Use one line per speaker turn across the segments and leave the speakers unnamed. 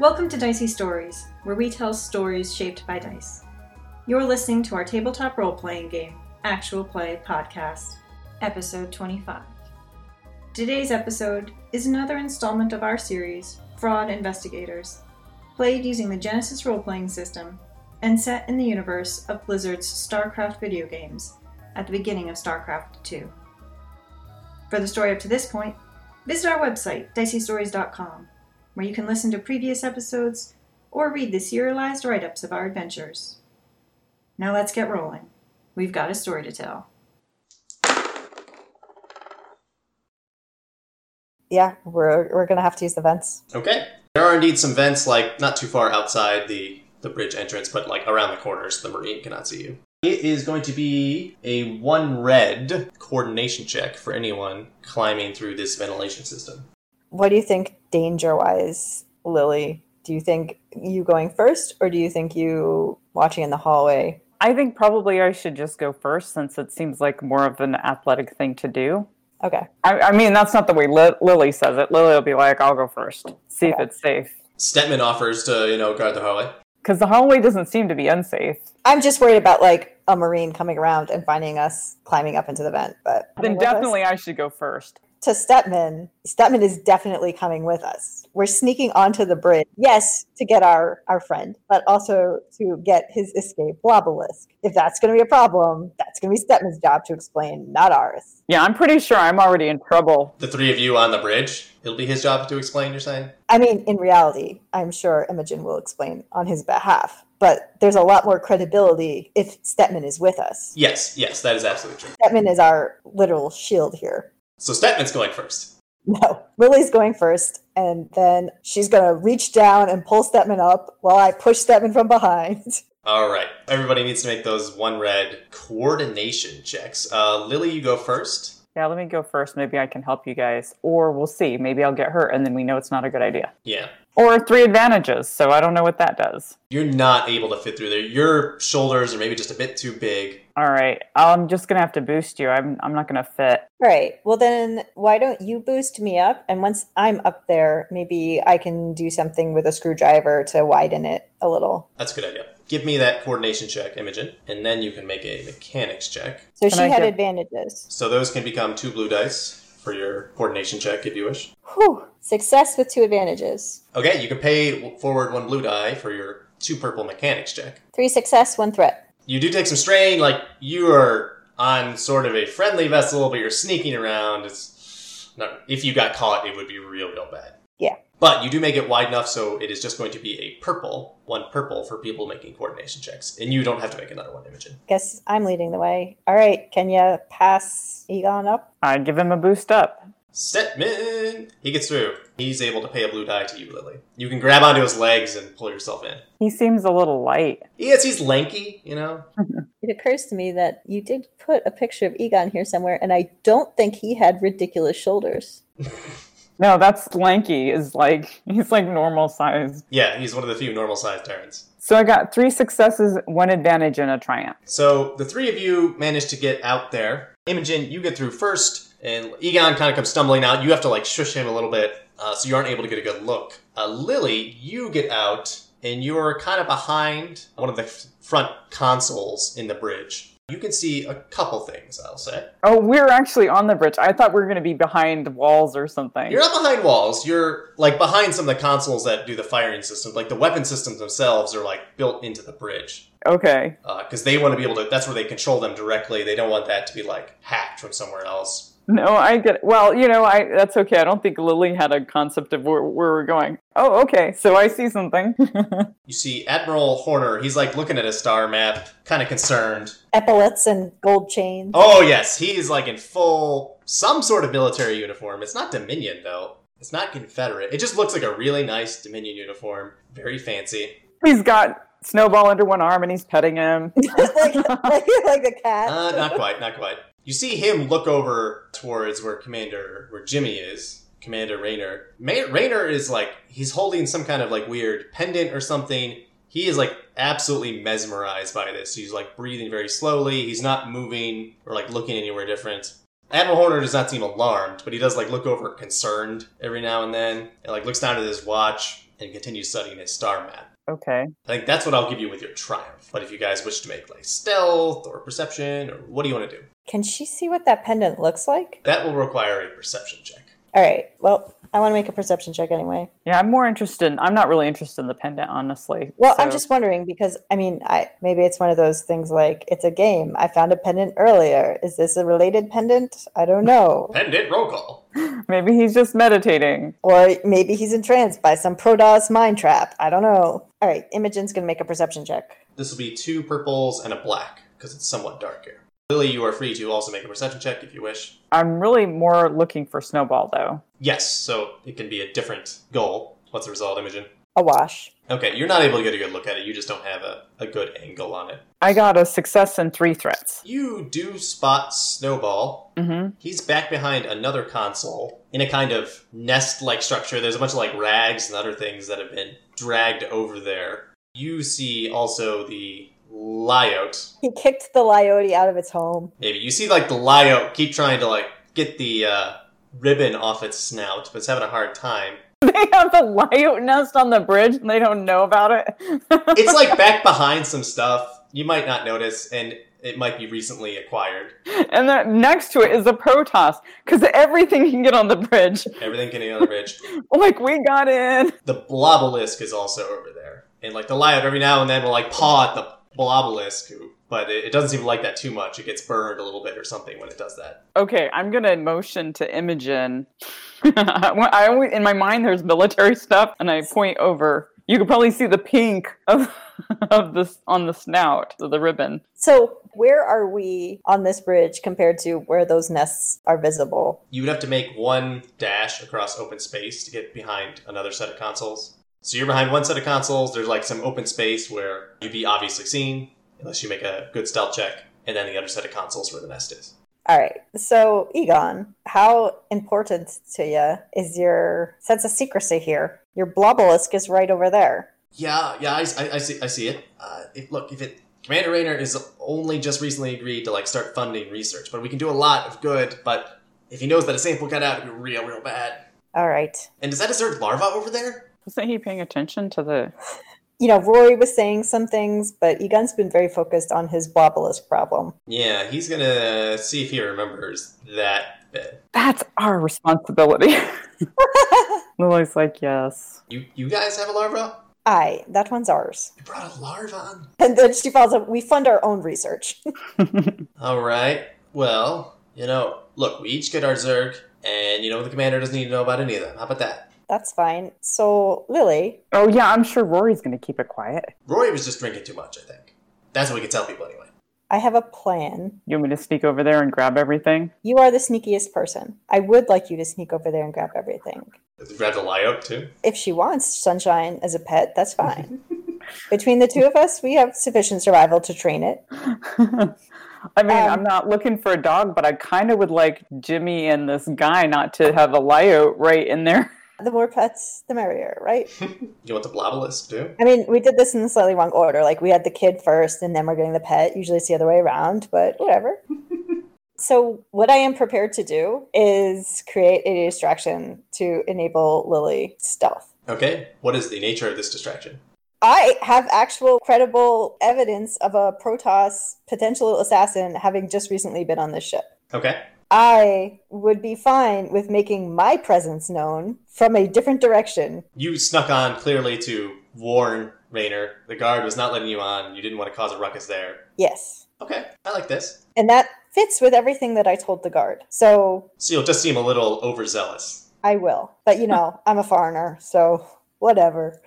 Welcome to Dicey Stories, where we tell stories shaped by dice. You're listening to our tabletop role playing game, Actual Play Podcast, episode 25. Today's episode is another installment of our series, Fraud Investigators, played using the Genesis role playing system and set in the universe of Blizzard's StarCraft video games at the beginning of StarCraft 2. For the story up to this point, visit our website, diceystories.com, where you can listen to previous episodes or read the serialized write ups of our adventures. Now let's get rolling. We've got a story to tell.
Yeah, we're we're gonna have to use the vents.
Okay. There are indeed some vents, like not too far outside the the bridge entrance, but like around the corners. The marine cannot see you. It is going to be a one red coordination check for anyone climbing through this ventilation system.
What do you think, danger wise, Lily? Do you think you going first, or do you think you watching in the hallway?
I think probably I should just go first since it seems like more of an athletic thing to do.
Okay,
I, I mean, that's not the way Li- Lily says it. Lily will be like, I'll go first, see if
Okay.
it's safe.
Stetman offers to you know guard the hallway.
Because the hallway doesn't seem to be unsafe.
I'm just worried about like a marine coming around and finding us climbing up into the vent. But
Then
Coming with us?
definitely I should go first.
to Stepman. Stepman is definitely coming with us. We're sneaking onto the bridge. Yes, to get our our friend, but also to get his escape Blobelisk. If that's gonna be a problem, that's gonna be Stepman's job to explain, not ours.
Yeah, I'm pretty sure I'm already in trouble.
The three of you on the bridge. It'll be his job to explain. You're saying.
I mean, in reality, I'm sure Imogen will explain on his behalf, but there's a lot more credibility if Stetman is with us.
Yes, yes, that is absolutely true.
Stetman is our literal shield here.
So Stetman's going first.
No, Lily's going first, and then she's going to reach down and pull Stetman up while I push Stetman from behind.
All right, everybody needs to make those one red coordination checks. Uh, Lily, you go first.
Yeah, let me go first. Maybe I can help you guys. Or we'll see. Maybe I'll get hurt and then we know it's not a good idea.
Yeah,
Or three advantages. So I don't know what that does.
you're not able to fit through there. Your shoulders are maybe just a bit too big.
All right. I'm just going to have to boost you. I'm, I'm not going to fit.
All right. Well, then why don't you boost me up? And once I'm up there, maybe I can do something with a screwdriver to widen it a little.
That's a good idea. Give me that coordination check, Imogen, and then you can make a mechanics check.
So
Can
she
I
had
get-
advantages.
So those can become two blue dice for your coordination check if you wish.
Whew. Success with two advantages.
Okay, you can pay w- forward one blue die for your two purple mechanics check.
Three success, one threat.
You do take some strain, like you are on sort of a friendly vessel, but you're sneaking around. It's not, if you got caught, it would be real, real bad.
Yeah.
But you do make it wide enough, so it is just going to be a purple, one purple for people making coordination checks, and you don't have to make another one, Imogen.
Guess I'm leading the way. All right, can you pass Egon up?
I'd give him a boost up.
Setman! He gets through. He's able to pay a blue die to you, Lily. You can grab onto his legs and pull yourself in.
He seems a little light.
Yes, he's lanky, you know?
It occurs to me that you did put a picture of Egon here somewhere, and I don't think he had ridiculous shoulders.
No, that's lanky. Is like he's like normal size.
Yeah, he's one of the few normal sized Tyrants.
So I got three successes, one advantage, and a triumph.
So the three of you manage to get out there. Imogen, you get through first, and Egon kind of comes stumbling out. You have to, like, shush him a little bit, uh, so you aren't able to get a good look. Uh, Lily, you get out, and you're kind of behind one of the f- front consoles in the bridge. You can see a couple things, I'll say.
Oh, we're actually on the bridge. I thought we were going to be behind walls or something.
You're not behind walls. You're like behind some of the consoles that do the firing systems. Like the weapon systems themselves are like built into the bridge
Okay.
because they want to be able to. That's where they control them directly. They don't want that to be like hacked from somewhere else.
No, I get. Well, you know, I that's okay. I don't think Lily had a concept of where, where we're going. Oh, okay. So I see something.
You see Admiral Horner. He's like looking at his star map, kind of concerned.
Epaulets and gold chains.
Oh yes, he is like in full some sort of military uniform. It's not Dominion though. It's not Confederate. It just looks like a really nice Dominion uniform. Very fancy.
he's got snowball under one arm and he's petting him.
like, like, like the cat.
Uh, not quite, not quite. You see him look over towards where Commander, where Jimmy is, Commander Rayner. Ma- Rayner is like, he's holding some kind of like weird pendant or something. He is like absolutely mesmerized by this. He's like breathing very slowly. He's not moving or like looking anywhere different. Admiral Horner does not seem alarmed, but he does like look over concerned every now and then and like looks down at his watch. and continue studying his star map.
Okay.
I think that's what I'll give you with your triumph. But if you guys wish to make like stealth or perception or what do you want to do?
Can she see what that pendant looks like?
That will require a perception check.
All right. Well, I want to make a perception check anyway.
Yeah, I'm more interested. I'm not really interested in the pendant, honestly.
Well, I'm
So-
just wondering because I mean, I maybe it's one of those things like it's a game. I found a pendant earlier. Is this a related pendant? I don't know.
Pendant roll call.
maybe he's just meditating.
Or maybe he's entranced by some Protoss mind trap. I don't know. All right, Imogen's gonna make a perception check.
This will be two purples and a black because it's somewhat dark here. Lily, you are free to also make a perception check if you wish.
I'm really more looking for Snowball though.
Yes, so it can be a different goal. What's the result, Imogen?
A wash.
Okay, you're not able to get a good look at it. You just don't have a, a good angle on it.
I got a success and three threats.
You do spot Snowball
Mm-hmm.
He's back behind another console in a kind of nest like structure. There's a bunch of like rags and other things that have been dragged over there. You see also the Lyote.
He kicked the Lyote out of its home.
Maybe you see like the Lyote keep trying to like get the uh, ribbon off its snout, but it's having a hard time.
They have the lyote nest on the bridge and they don't know about it.
It's like back behind some stuff. You might not notice, and it might be recently acquired.
and then next to it is a Protoss because everything you can get on the bridge.
Everything can be on the bridge.
Like we got in.
The Blobelisk is also over there. And like the Lyote every now and then will like paw at the Blobelisk, who- but it, it doesn't seem to like that too much. It gets burned a little bit or something when it does that.
Okay, I'm gonna motion to Imogen. I I always, in my mind, there's military stuff, and I point over. You could probably see the pink of of this on the snout of the ribbon.
So where are we on this bridge compared to where those nests are visible?
You would have to make one dash across open space to get behind another set of consoles. So you're behind one set of consoles, there's like some open space where you'd be obviously seen, unless you make a good stealth check, and then the other set of consoles where the nest is.
All right. So Egon, how important to you is your sense of secrecy here? Your blobelisk is right over there.
Yeah, yeah, I, I, I see. I see it. Uh, if, look, if it Commander Rayner is only just recently agreed to like start funding research, but we can do a lot of good. But if he knows that a sample got out, it'd be real, real bad.
All right.
And is that a third larva over there?
Wasn't he paying attention to the?
You know, Rory was saying some things, but Egon's been very focused on his blobelisk problem.
Yeah, he's gonna see if he remembers that bit.
That's our responsibility. Lily's like, yes.
You, you guys have a larva?
Aye, that one's ours.
You brought a larva on.
And then she follows up, we fund our own research.
All right. Well, you know, look, we each get our Zerg, and you know the commander doesn't need to know about any of them. How about that?
That's fine. So, Lily,
Oh yeah, I'm sure Rory's gonna keep it quiet.
Rory was just drinking too much. I think that's what we can tell people anyway.
I have a plan.
You want me to sneak over there and grab everything?
You are the sneakiest person. I would like you to sneak over there and grab everything.
Grabbed a lyote too.
If she wants Sunshine as a pet, that's fine. Between the two of us, we have sufficient survival to train it.
I mean,
Um,
I'm not looking for a dog, but I kind of would like Jimmy and this guy not to have a lyote right in there.
The more pets, the merrier, right?
You want the blobelisk too?
I mean, we did this in a slightly wrong order. Like, we had the kid first, and then we're getting the pet. Usually it's the other way around, but whatever. so, what I am prepared to do is create a distraction to enable Lily stealth.
Okay. What is the nature of this distraction?
I have actual credible evidence of a Protoss potential assassin having just recently been on this ship.
Okay.
I would be fine with making my presence known from a different direction.
You snuck on clearly to warn Raynor. The guard was not letting you on. You didn't want to cause a ruckus there.
Yes.
Okay. I like this.
And that fits with everything that I told the guard. So
So you'll just seem a little overzealous.
I will. But you know, I'm a foreigner, so whatever.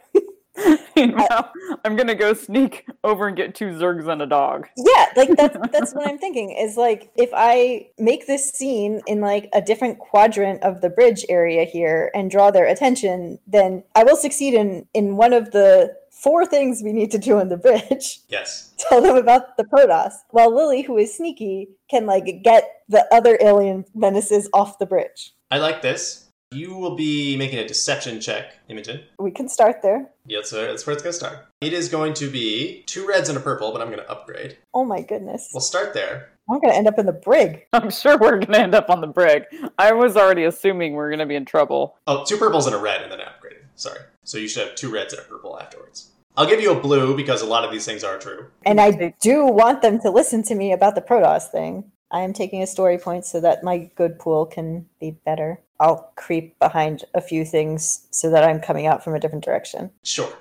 Meanwhile, I'm gonna go sneak over and get two zergs and a dog.
Yeah, like that's that's what I'm thinking is like if I make this scene in like a different quadrant of the bridge area here and draw their attention, then I will succeed in in one of the four things we need to do on the bridge.
Yes.
tell them about the Protoss, while Lily, who is sneaky, can like get the other alien menaces off the bridge.
I like this. You will be making a deception check, Imogen.
We can start there.
Yeah, that's where, that's where it's going to start. It is going to be two reds and a purple, but I'm going to upgrade.
Oh my goodness.
We'll start there.
I'm gonna end up in the brig.
I'm sure we're gonna end up on the brig. I was already assuming we're gonna be in trouble.
Oh, two purples and a red, and then I upgraded. Sorry. So you should have two reds and a purple afterwards. I'll give you a blue because a lot of these things are true.
And I do want them to listen to me about the Protoss thing. I am taking a story point so that my good pool can be better. I'll creep behind a few things so that I'm coming out from a different direction.
Sure.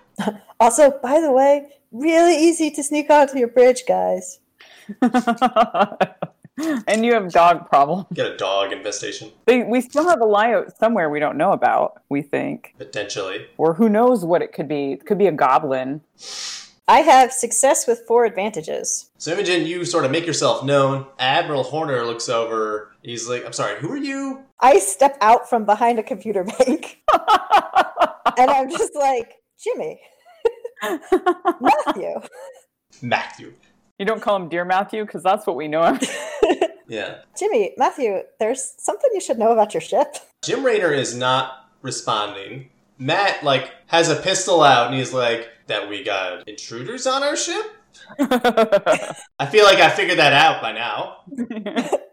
Also, by the way, really easy to sneak onto your bridge, guys.
and you have dog problem.
Get a dog infestation,
They, we still have a lyote somewhere we don't know about. We think,
potentially.
or who knows what it could be? It could be a goblin.
I have success with four advantages.
So Imogen, you sort of make yourself known. Admiral Horner looks over. He's like, I'm sorry, who are you?
I step out from behind a computer bank and I'm just like, Jimmy, Matthew.
Matthew.
you don't call him Dear Matthew because that's what we know him.
Yeah.
Jimmy, Matthew, there's something you should know about your ship.
Jim Raynor is not responding. Matt, like, has a pistol out and he's like, that we got intruders on our ship? I feel like I figured that out by now.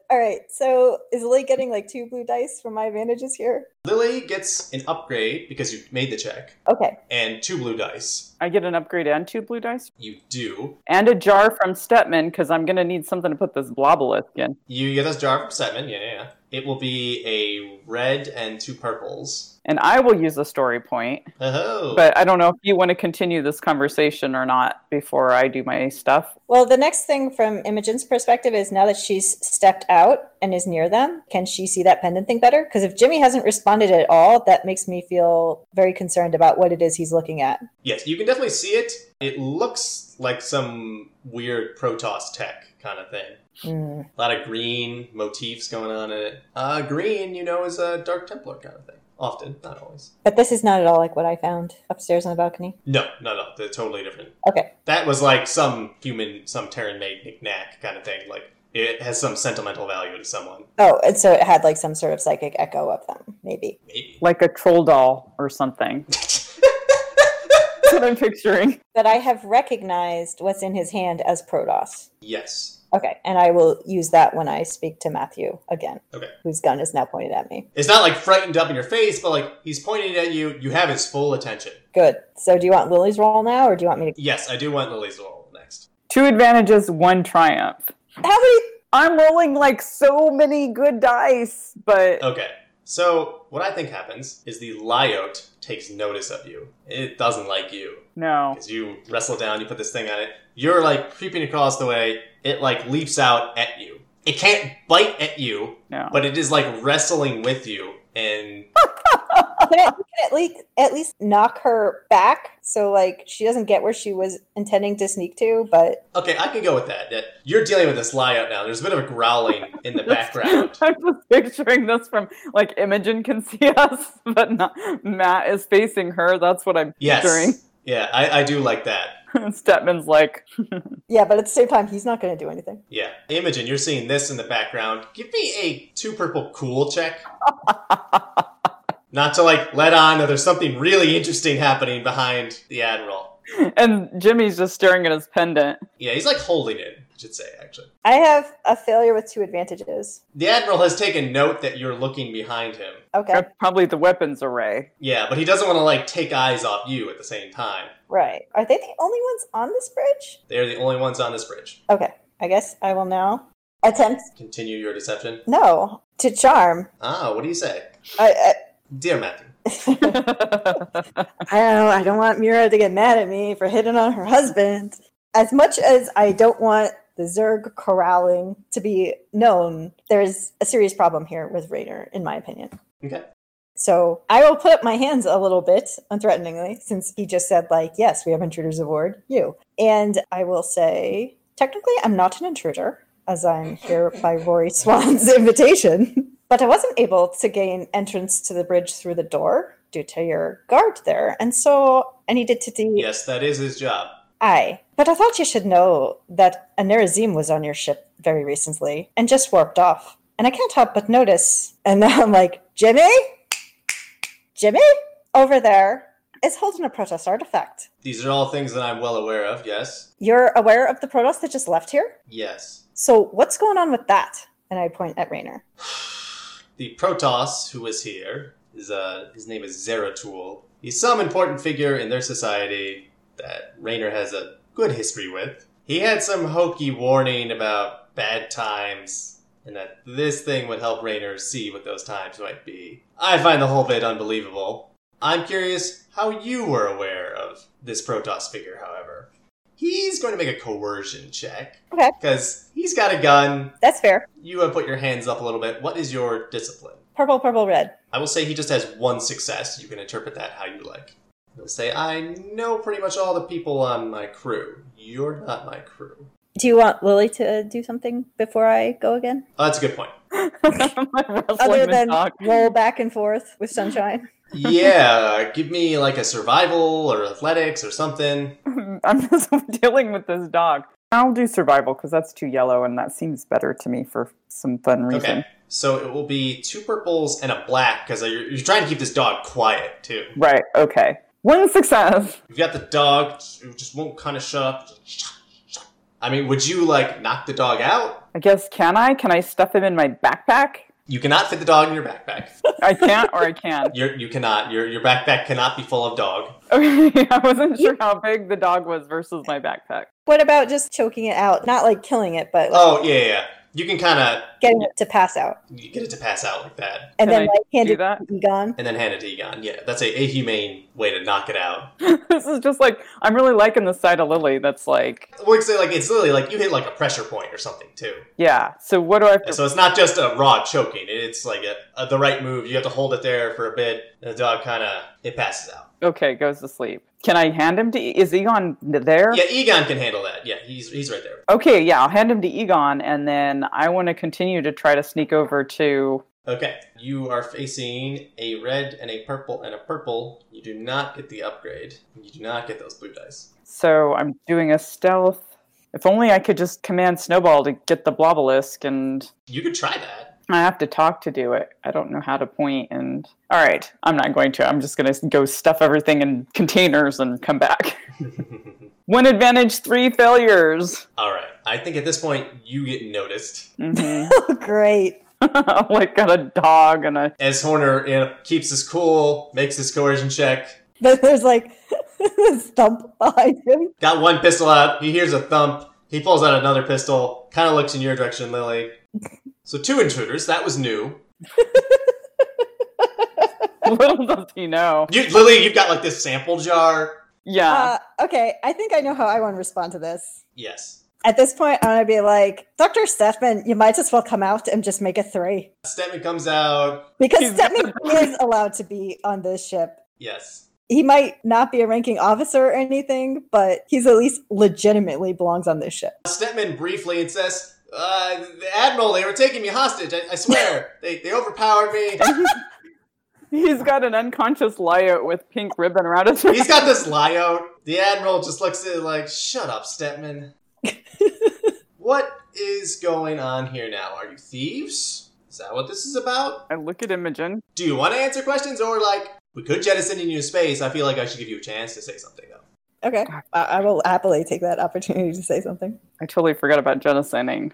All right, so is Lily getting like two blue dice from my advantages here?
Lily gets an upgrade because you made the check
Okay,
and two blue dice.
I get an upgrade and two blue dice,
You do.
and a jar from Stepman because I'm gonna need something to put this blobolisk in.
You get this jar from Setman. Yeah, yeah, yeah. It will be a red and two purples.
And I will use a story point,
Oh,
but I don't know if you want to continue this conversation or not before I do my stuff.
Well, the next thing from Imogen's perspective is now that she's stepped out and is near them, can she see that pendant thing better? Because if Jimmy hasn't responded at all, that makes me feel very concerned about what it is he's looking at.
Yes, you can definitely see it. It looks like some weird Protoss tech kind of thing.
Hmm.
A lot of green motifs going on in it. Uh, green, you know, is a Dark Templar kind of thing. Often, not always.
But this is not at all like what I found upstairs on the balcony.
No, no, no. They're totally different.
Okay,
That was like some human, some Terran made knickknack kind of thing. Like, it has some sentimental value to someone.
Oh, and so it had like some sort of psychic echo of them, maybe.
Maybe.
like a troll doll or something. That's what I'm picturing.
But I have recognized what's in his hand as Protoss.
yes.
Okay, and I will use that when I speak to Matthew again,
Okay.
whose gun is now pointed at me.
It's not like frightened up in your face, but like he's pointing at you. You have his full attention.
Good. So do you want Lily's roll now, or do you want me to?
Yes, I do want Lily's roll next.
Two advantages, one triumph.
How many
I'm rolling like so many good dice, but
Okay. So, what I think happens is the Lyote takes notice of you. It doesn't like you.
no.
As you wrestle down, you put this thing on it. You're like creeping across the way. It like leaps out at you. It can't bite at you,
No.
but it is like wrestling with you. And
can, I, can at least at least knock her back so like she doesn't get where she was intending to sneak to but
okay, I can go with that. that You're dealing with this Lyote now. There's a bit of a growling in the background.
I'm just picturing this from like Imogen can see us, but not, Matt is facing her. That's what I'm
Yes.
picturing.
Yeah, I, I do like that.
Stepman's like,
yeah but at the same time he's not going to do anything
Yeah. Imogen, you're seeing this in the background. Give me a two purple cool check. Not to like let on that there's something really interesting happening behind the Admiral.
and Jimmy's just staring at his pendant.
Yeah, he's like holding it, I should say, actually.
i have a failure with two advantages
The Admiral has taken note that you're looking behind him.
okay
Probably the weapons array.
Yeah, but he doesn't want to like take eyes off you at the same time.
right are they the only ones on this bridge
They're the only ones on this bridge.
okay i guess i will now attempt
Continue your deception.
no to charm
Ah, what do you say?
i, I
Dear Matthew.
I don't know. I don't want Mira to get mad at me for hitting on her husband. As much as I don't want the Zerg corralling to be known, there's a serious problem here with Raynor, in my opinion.
Okay.
So I will put up my hands a little bit unthreateningly, since he just said, like, yes, we have intruders aboard, you. And I will say, technically, I'm not an intruder, as I'm here by Rory Swan's invitation, but I wasn't able to gain entrance to the bridge through the door due to your guard there. And so I needed to de
Yes, that is his job.
Aye, but I thought you should know that a Nerazim was on your ship very recently and just warped off. And I can't help but notice. And now I'm like, Jimmy? Jimmy? Over there is holding a Protoss artifact.
These are all things that I'm well aware of, yes?
You're aware of the Protoss that just left here?
Yes.
So what's going on with that? And I point at Raynor.
The Protoss who was here is uh his name is Zeratul. He's some important figure in their society that Rayner has a good history with. He had some hokey warning about bad times, and that this thing would help Rayner see what those times might be. I find the whole bit unbelievable. I'm curious how you were aware of this Protoss figure, however. He's going to make a coercion check.
Okay.
Because he's got a gun.
That's fair.
You have put your hands up a little bit. What is your discipline?
Purple, purple, red.
I will say he just has one success. You can interpret that how you like. He'll say, I know pretty much all the people on my crew. You're not my crew.
Do you want Lily to do something before I go again?
Oh, that's a good point.
My wrestling
Other than
talk.
roll back and forth with sunshine.
yeah, give me like a survival or athletics or something.
I'm just dealing with this dog. I'll do survival because that's too yellow and that seems better to me for some fun reason.
Okay. So it will be two purples and a black because you're, you're trying to keep this dog quiet too.
Right, okay. One success.
You've got the dog who just won't kind of shut up. I mean, would you like knock the dog out?
I guess can I? Can I stuff him in my backpack?
You cannot fit the dog in your backpack.
I can't or I can.
You're, you cannot. Your your backpack cannot be full of dog.
Okay, I wasn't sure how big the dog was versus my backpack.
What about just choking it out? Not like killing it, but like
Oh yeah, yeah, yeah. You can kind of
getting it to pass out.
you get it to pass out like that,
And
Can
then
I
like hand
do
it
that?
to Egon.
and then hand it to Egon. Yeah, that's a, a humane way to knock it out.
this is just like I'm really liking the side of Lily. That's like,
We're say like it's literally like you hit like a pressure point or something too.
yeah. So what do I?
So it's not just a raw choking. It's like a, a, the right move. You have to hold it there for a bit, and the dog kind of it passes out.
Okay, goes to sleep. Can I hand him to? E- Is Egon there?
Yeah, Egon can handle that. Yeah, he's he's right there.
Okay, yeah. I'll hand him to Egon, and then I want to continue to try to sneak over to.
Okay, you are facing a red and a purple and a purple. You do not get the upgrade. You do not get those blue dice.
So I'm doing a stealth. If only I could just command Snowball to get the blobelisk, and
You could try that.
I have to talk to do it. I don't know how to point, and all right, I'm not going to. I'm just going to go stuff everything in containers and come back. One advantage, three failures.
All right. I think at this point you get noticed
Mhm.
Oh, great.
like got a dog and a
as Horner you know, keeps his cool, makes his coercion check.
Then there's like this thump behind him.
Got one pistol out. He hears a thump. He pulls out another pistol. Kind of looks in your direction, Lily. So two intruders. That was new.
little does he know.
You, Lily, you've got like this sample jar.
Yeah.
Uh, okay, I think I know how I want to respond to this.
Yes.
At this point, I'm gonna be like, Dr. Stefman, you might as well come out and just make a three.
Stepman comes out.
Because
He's got
Stefman is allowed to be on this ship.
Yes.
He might not be a ranking officer or anything, but he's at least legitimately belongs on this ship.
Stepman briefly and says, uh, the Admiral, they were taking me hostage. I, I swear. they, they overpowered me.
He's got an unconscious lyout with pink ribbon around his
He's got this lyout. The Admiral just looks at it like, shut up, Stepman. what is going on here now? Are you thieves? Is that what this is about?
I look at Imogen.
Do you want to answer questions or like we could jettison you to space? I feel like I should give you a chance to say something though.
Okay, I, I will happily take that opportunity to say something.
I totally forgot about jettisoning.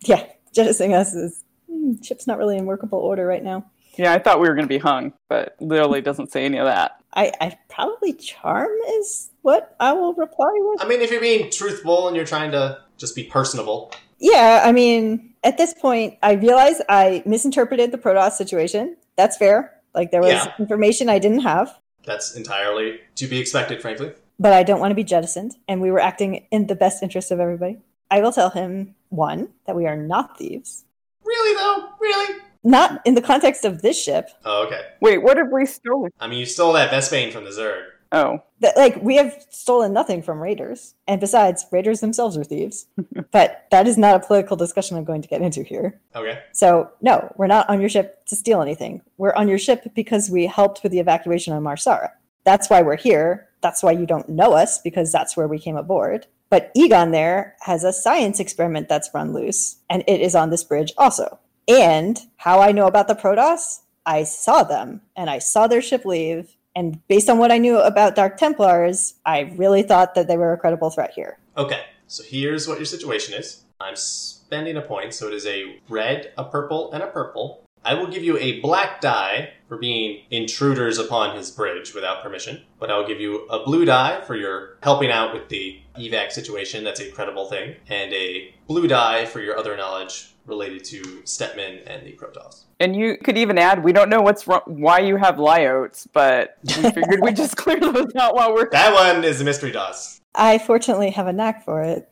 Yeah, jettisoning us is hmm, ship's not really in workable order right now.
Yeah, I thought we were going to be hung, but literally doesn't say any of that.
I, I probably charm is what I will reply with.
I mean, if you're being truthful and you're trying to just be personable,
Yeah, I mean, at this point, I realize I misinterpreted the Protoss situation. That's fair. Like there was
Yeah.
information I didn't have,
that's entirely to be expected, frankly.
but I don't want to be jettisoned, and we were acting in the best interest of everybody. I will tell him one that we are not thieves,
Really though? Really?
not in the context of this ship.
Oh, okay.
Wait, what have we stolen?
I mean, you stole that Vespane from the Zerg.
Oh,
That like we have stolen nothing from raiders, and besides, raiders themselves are thieves. but that is not a political discussion I'm going to get into here.
Okay.
So, no, we're not on your ship to steal anything. We're on your ship because we helped with the evacuation on Marsara. That's why we're here. That's why you don't know us because that's where we came aboard. But Egon there has a science experiment that's run loose, and it is on this bridge also. And how I know about the Protoss, I saw them and I saw their ship leave. And based on what I knew about Dark Templars, I really thought that they were a credible threat here.
Okay. So here's what your situation is. I'm spending a point, so it is a red, a purple, and a purple. I will give you a black die for being intruders upon his bridge without permission, but I'll give you a blue die for your helping out with the evac situation. That's a credible thing, and a blue die for your other knowledge related to Stepman and the Protoss.
And you could even add, we don't know what's wrong, why you have lyotes, but we figured we'd just clear those out while we're.
That one is a mystery to us.
I fortunately have a knack for it.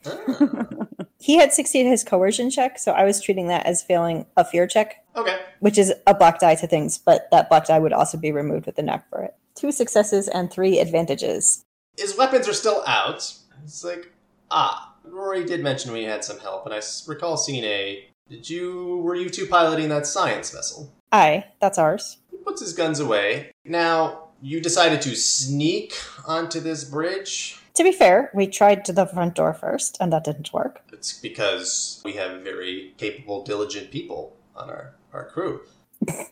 He had succeeded his coercion check, so I was treating that as failing a fear check,
Okay.
which is a black die to things, but that black die would also be removed with the knack for it. Two successes and three advantages.
His weapons are still out. It's like, ah, Rory did mention we had some help, and I s- recall seeing a. Did you. Were you two piloting that science vessel?
Aye, that's ours.
He puts his guns away. Now, you decided to sneak onto this bridge.
To be fair, we tried to the front door first, and that didn't work.
It's because we have very capable, diligent people on our, our crew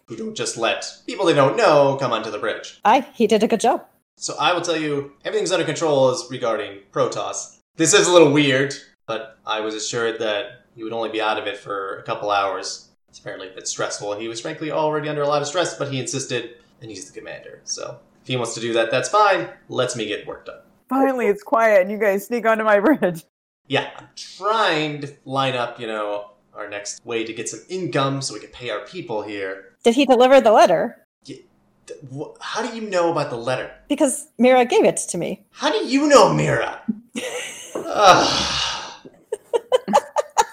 who don't just let people they don't know come onto the bridge.
Aye, he did a good job.
So I will tell you, everything's under control as regarding Protoss. This is a little weird, but I was assured that he would only be out of it for a couple hours. It's apparently a bit stressful, and he was frankly already under a lot of stress, but he insisted, and he's the commander. So if he wants to do that, that's fine. Let's me get work done.
Finally, it's quiet and you guys sneak onto my bridge.
Yeah, I'm trying to line up, you know, our next way to get some income so we can pay our people here.
Did he deliver the letter?
Th- wh- How do you know about the letter?
Because Mira gave it to me.
How do you know, Mira? Ah. Ugh.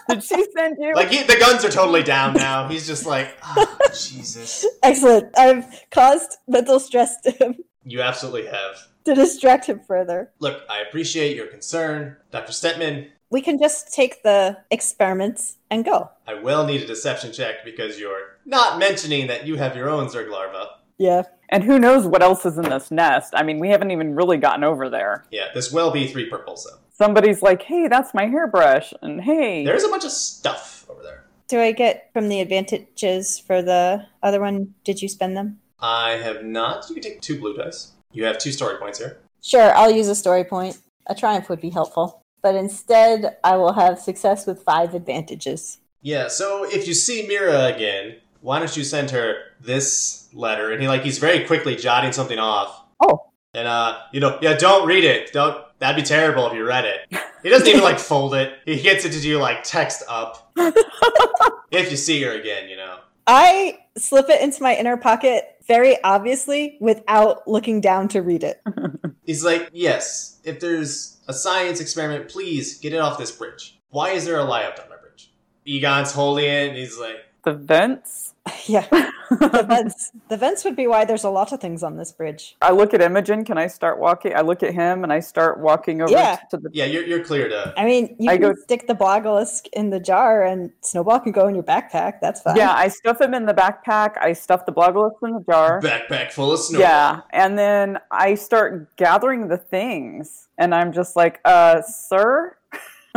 Did she send you?
Like he, the guns are totally down now. He's just like, oh, Jesus.
Excellent. I've caused mental stress to him
You absolutely have.
to distract him further.
Look, I appreciate your concern, Doctor Stetman.
We can just take the experiments and go.
I will need a deception check because you're not mentioning that you have your own Zerg larva.
Yeah.
and who knows what else is in this nest? I mean, we haven't even really gotten over there.
Yeah, this will be three purples though.
Somebody's like, hey, that's my hairbrush. And hey,
There's a bunch of stuff over there.
Do I get from the advantages for the other one? Did you spend them?
I have not. You can take two blue dice. You have two story points here.
Sure, I'll use a story point. A triumph would be helpful. But instead, I will have success with five advantages.
Yeah, so if you see Mira again, why don't you send her this letter? And he like he's very quickly jotting something off.
Oh.
And uh, you know, yeah, don't read it. Don't that'd be terrible if you read it. He doesn't even like fold it. He gets it to do like text up. if you see her again, you know.
I slip it into my inner pocket very obviously without looking down to read it.
He's like, Yes, if there's a science experiment, please get it off this bridge. Why is there a layout on my bridge? Egon's holding it and he's like
the vents?
yeah, the vents. The vents would be why there's a lot of things on this bridge.
I look at Imogen. Can I start walking? I look at him and I start walking over
Yeah.
to the.
Yeah, you're you're cleared up.
I mean, you
I
can
go-
stick the blogolisk in the jar and Snowball can go in your backpack. That's fine.
Yeah, I stuff him in the backpack. I stuff the bloglets in the jar.
Backpack full of snow.
Yeah, and then I start gathering the things, and I'm just like, uh, sir,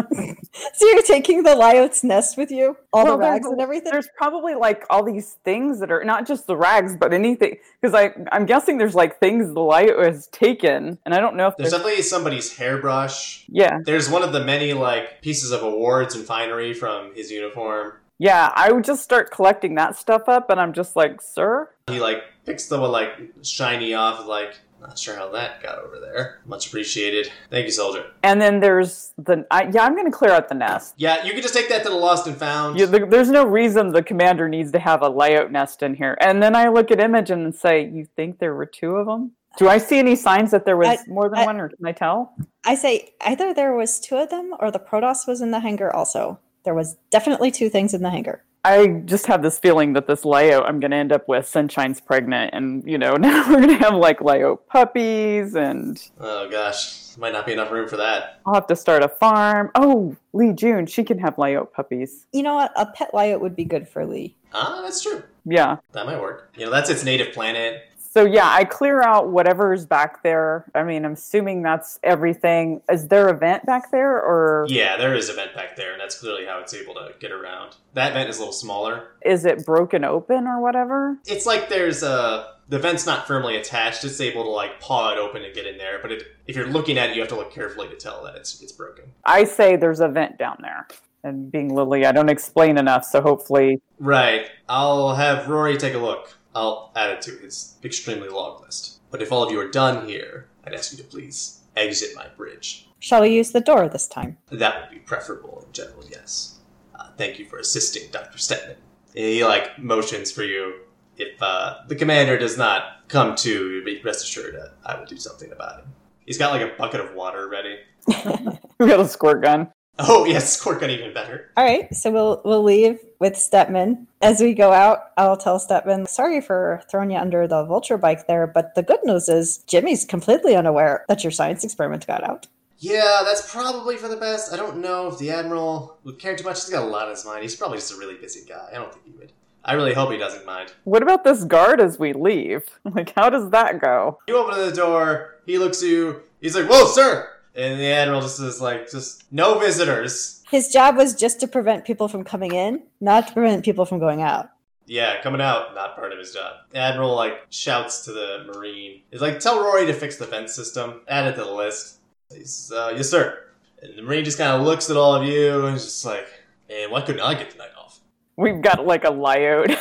So you're taking the Lyot's nest with you? All
Well,
the
there's
rags
a-
and everything?
there's probably like all these things that are not just the rags, but anything. Because I, I'm guessing there's like things the light was taken, and I don't know if
There's
there's.
definitely somebody's hairbrush.
yeah,
There's one of the many like pieces of awards and finery from his uniform.
yeah. I would just start collecting that stuff up, and I'm just like, sir,
He like picks the one like shiny off. Like not sure how that got over there. Much appreciated. Thank you, soldier.
and then there's the. I, yeah, I'm gonna clear out the nest.
Yeah, you can just take that to the lost and found.
Yeah, there- there's no reason the commander needs to have a layout nest in here. And then I look at Imogen and say, "You think there were two of them? Do I see any signs that there was
I-
more than
I-
one, or can I tell?"
I say either there was two of them or the Protoss was in the hangar also. There was definitely two things in the hangar.
I just have this feeling that this layout I'm going to end up with Sunshine's pregnant, and you know now we're going to have like layout puppies, and
Oh gosh, might not be enough room for that.
I'll have to start a farm. Oh, Lee June, she can have layout puppies.
You know what? A pet Lyot would be good for Lee.
Ah, that's true.
Yeah.
That might work. You know, that's its native planet.
So yeah, I clear out whatever's back there. I mean, I'm assuming that's everything. Is there a vent back there, or
Yeah, there is a vent back there, and that's clearly how it's able to get around. That vent is a little smaller.
is it broken open or whatever?
it's like there's a the vent's not firmly attached. It's able to like paw it open and get in there. But it, if you're looking at it, you have to look carefully to tell that it's it's broken.
I say there's a vent down there. And being Lily, I don't explain enough, so hopefully
Right. I'll have Rory take a look. I'll add it to his extremely long list. But if all of you are done here, I'd ask you to please exit my bridge.
Shall we use the door this time?
That would be preferable in general, yes. Uh, thank you for assisting, Dr. Stetman. He, like, motions for you. If uh, the commander does not come to, be rest assured uh, I will do something about it. He's got, like, a bucket of water ready.
we got a squirt gun.
Oh, yes, Cork got even better.
All right, so we'll we'll leave with Stepman. As we go out, I'll tell Stepman, sorry for throwing you under the vulture bike there, but the good news is Jimmy's completely unaware that your science experiment got out.
Yeah, that's probably for the best. I don't know if the Admiral would care too much. He's got a lot on his mind. He's probably just a really busy guy. I don't think he would. I really hope he doesn't mind.
What about this guard as we leave? Like, how does that go?
You open the door, he looks at you, he's like, Whoa, sir! And the Admiral just is like, just no visitors.
His job was just to prevent people from coming in, not to prevent people from going out.
Yeah, coming out, not part of his job. Admiral, like, shouts to the Marine. He's like, Tell Rory to fix the fence system. Add it to the list. He's, uh, Yes, sir. And the Marine just kind of looks at all of you and is just like, Man, why couldn't I get the night off?
We've got like a lyode.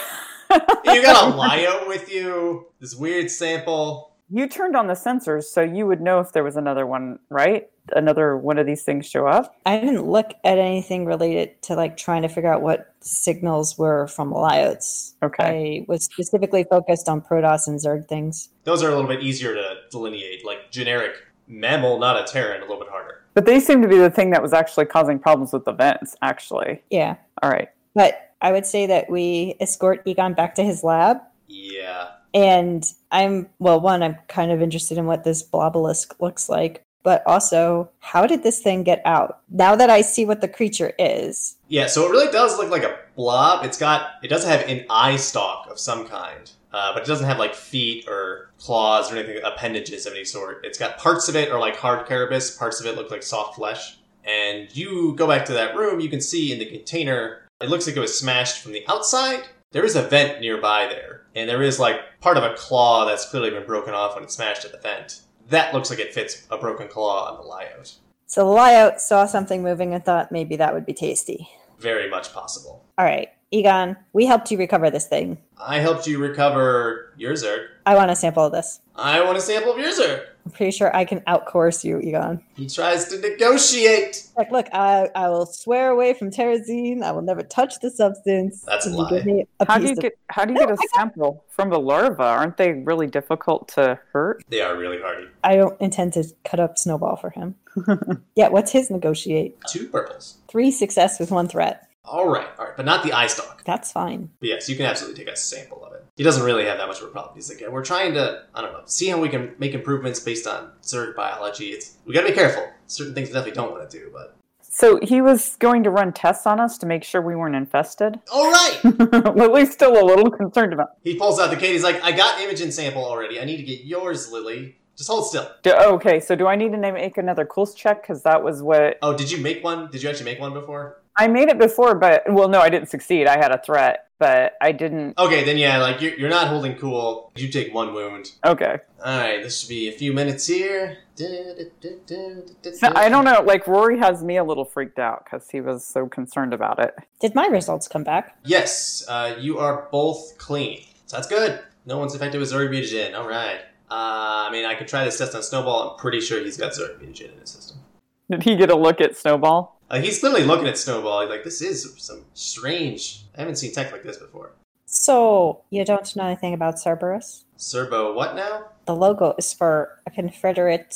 you got a Lyo with you. This weird sample.
you turned on the sensors, so you would know if there was another one, right? Another one of these things show up.
I didn't look at anything related to like trying to figure out what signals were from Lyotes.
Okay.
I was specifically focused on Protoss and Zerg things.
Those are a little bit easier to delineate, like generic mammal, not a Terran, a little bit harder.
But they seem to be the thing that was actually causing problems with the vents, actually.
Yeah.
All right.
But I would say that we escort Egon back to his lab.
Yeah.
And I'm, well, one, I'm kind of interested in what this blobelisk looks like, but also, how did this thing get out? Now that I see what the creature is,
Yeah, so it really does look like a blob. It's got, it does have an eye stalk of some kind, uh, but it doesn't have like feet or claws or anything, appendages of any sort. It's got parts of it are like hard carapace, parts of it look like soft flesh. And you go back to that room, you can see in the container, it looks like it was smashed from the outside. There is a vent nearby there, and there is like part of a claw that's clearly been broken off when it smashed at the vent. That looks like it fits a broken claw on the layout.
so the Lyout saw something moving and thought maybe that would be tasty.
Very much possible.
All right, Egon, we helped you recover this thing.
I helped you recover your Zerg.
I want a sample of this.
I want a sample of your Zerg.
I'm pretty sure I can outcourse you, Egon.
He tries to negotiate.
Like, look, I, I will swear away from terazine. I will never touch the substance.
That's a
If you give
lie.
me a
How do
piece
you
of-
get how do you
No,
get a
I got-
sample from the larva? Aren't they really difficult to hurt?
They are really hardy.
I don't intend to cut up Snowball for him. yeah, what's his negotiate?
Two purples.
Three success with one threat.
All right, all right, but not the eye stalk.
That's fine.
But yes, you can absolutely take a sample of it. He doesn't really have that much of a problem. He's like, yeah, we're trying to, I don't know, see how we can make improvements based on Zerg biology. It's we gotta be careful. Certain things we definitely don't want to do, but
So he was going to run tests on us to make sure we weren't infested.
all right.
Lily's still a little concerned about.
he pulls out the kid. He's like, I got Imogen's sample already. I need to get yours, Lily. Just hold still.
Do, okay, so do I need to na- make another Cools check? Because that was what
Oh, did you make one? Did you actually make one before?
I made it before, but well, no, I didn't succeed. I had a threat, but I didn't.
Okay, then yeah, like you're, you're not holding cool. You take one wound.
Okay,
All right, this should be a few minutes here.
so I don't know. Like Rory has me a little freaked out because he was so concerned about it.
Did my results come back?
Yes, uh, you are both clean. So that's good. No one's affected with Zerg mutagen. All right. Uh, I mean, I could try this test on Snowball. I'm pretty sure he's got Zerg mutagen in his system.
Did he get a look at Snowball?
Like he's literally looking at Snowball. He's like, this is some strange. I haven't seen tech like this before.
So, you don't know anything about Cerberus?
Serbo, what now?
The logo is for a Confederate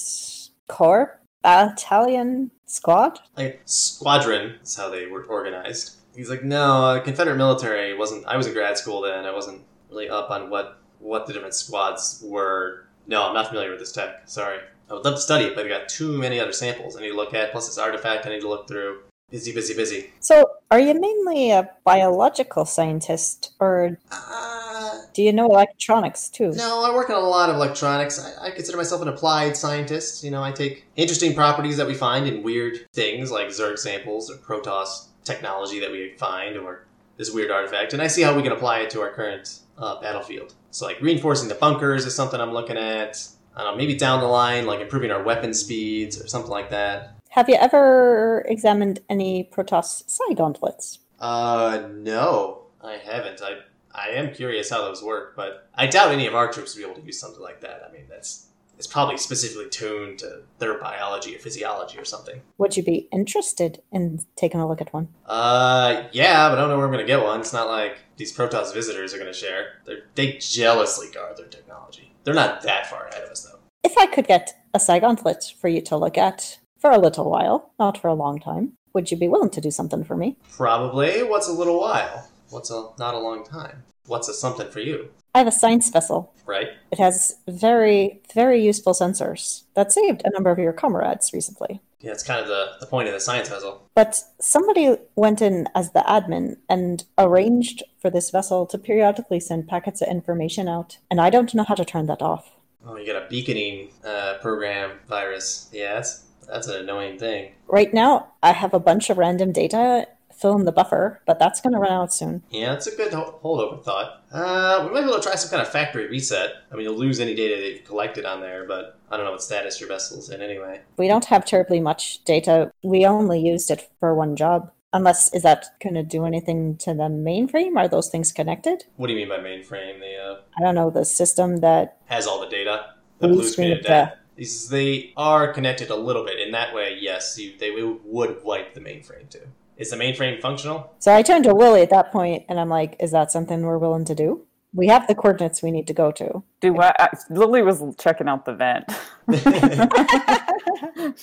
Corps battalion squad?
like squadron is how they were organized. He's like, no, uh, Confederate military wasn't. I was in grad school then. I wasn't really up on what what the different squads were. No, I'm not familiar with this tech. Sorry. I would love to study it, but I got too many other samples I need to look at. Plus, this artifact I need to look through. Busy, busy, busy.
So, are you mainly a biological scientist, or
Uh,
do you know electronics too?
no, I work on a lot of electronics. I, I consider myself an applied scientist. You know, I take interesting properties that we find in weird things like Zerg samples or Protoss technology that we find or this weird artifact, and I see how we can apply it to our current uh, battlefield. So, like reinforcing the bunkers is something I'm looking at. I don't know, maybe down the line, like improving our weapon speeds or something like that.
Have you ever examined any Protoss psi gauntlets?
Uh, no, I haven't. I I am curious how those work, but I doubt any of our troops would be able to use something like that. I mean, that's it's probably specifically tuned to their biology or physiology or something.
Would you be interested in taking a look at one?
Uh, yeah, but I don't know where I'm gonna get one. It's not like these Protoss visitors are gonna share. They're, they jealously guard their technology. They're not that far ahead of us, though.
If I could get a psi gauntlet for you to look at for a little while, not for a long time, would you be willing to do something for me?
Probably. What's a little while? What's a not a long time? What's a something for you?
I have a science vessel.
Right?
It has very, very useful sensors that saved a number of your comrades recently.
Yeah, it's kind of the, the point of the science puzzle.
But somebody went in as the admin and arranged for this vessel to periodically send packets of information out, and I don't know how to turn that off.
Oh, you got a beaconing uh, program virus. Yeah, that's that's an annoying thing.
Right now, I have a bunch of random data fill in the buffer, but that's going to run out soon.
Yeah, that's a good ho- holdover thought. Uh, we might be able to try some kind of factory reset. I mean, you'll lose any data that you've collected on there, but I don't know what status your vessel's in anyway.
We don't have terribly much data. We only used it for one job. Unless, is that going to do anything to the mainframe? Are those things connected?
What do you mean by mainframe? The uh,
I don't know, the system that.
has all the data. The
Blue
blue
screen
screen
of
of death. These they are connected a little bit in that way. Yes, you, they would wipe the mainframe too. Is the mainframe functional?
So I turned to Willie at that point and I'm like, is that something we're willing to do? We have the coordinates we need to go to.
Do I, I- Lily was checking out the vent.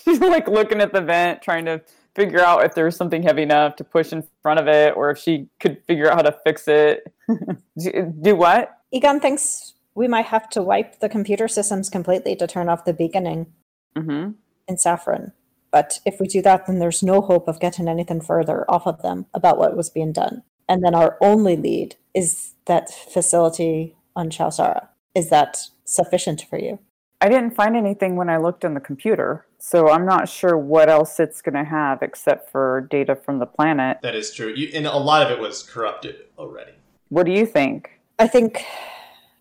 She's like looking at the vent, trying to figure out if there was something heavy enough to push in front of it, or if she could figure out how to fix it. Do- Do what?
Egon thinks we might have to wipe the computer systems completely to turn off the beaconing
hmm
in Saffron. But if we do that, then there's no hope of getting anything further off of them about what was being done. And then our only lead is that facility on Chowsara. Is that sufficient for you?
I didn't find anything when I looked in the computer, so I'm not sure what else it's going to have except for data from the planet.
That is true. You, and a lot of it was corrupted already.
What do you think?
I think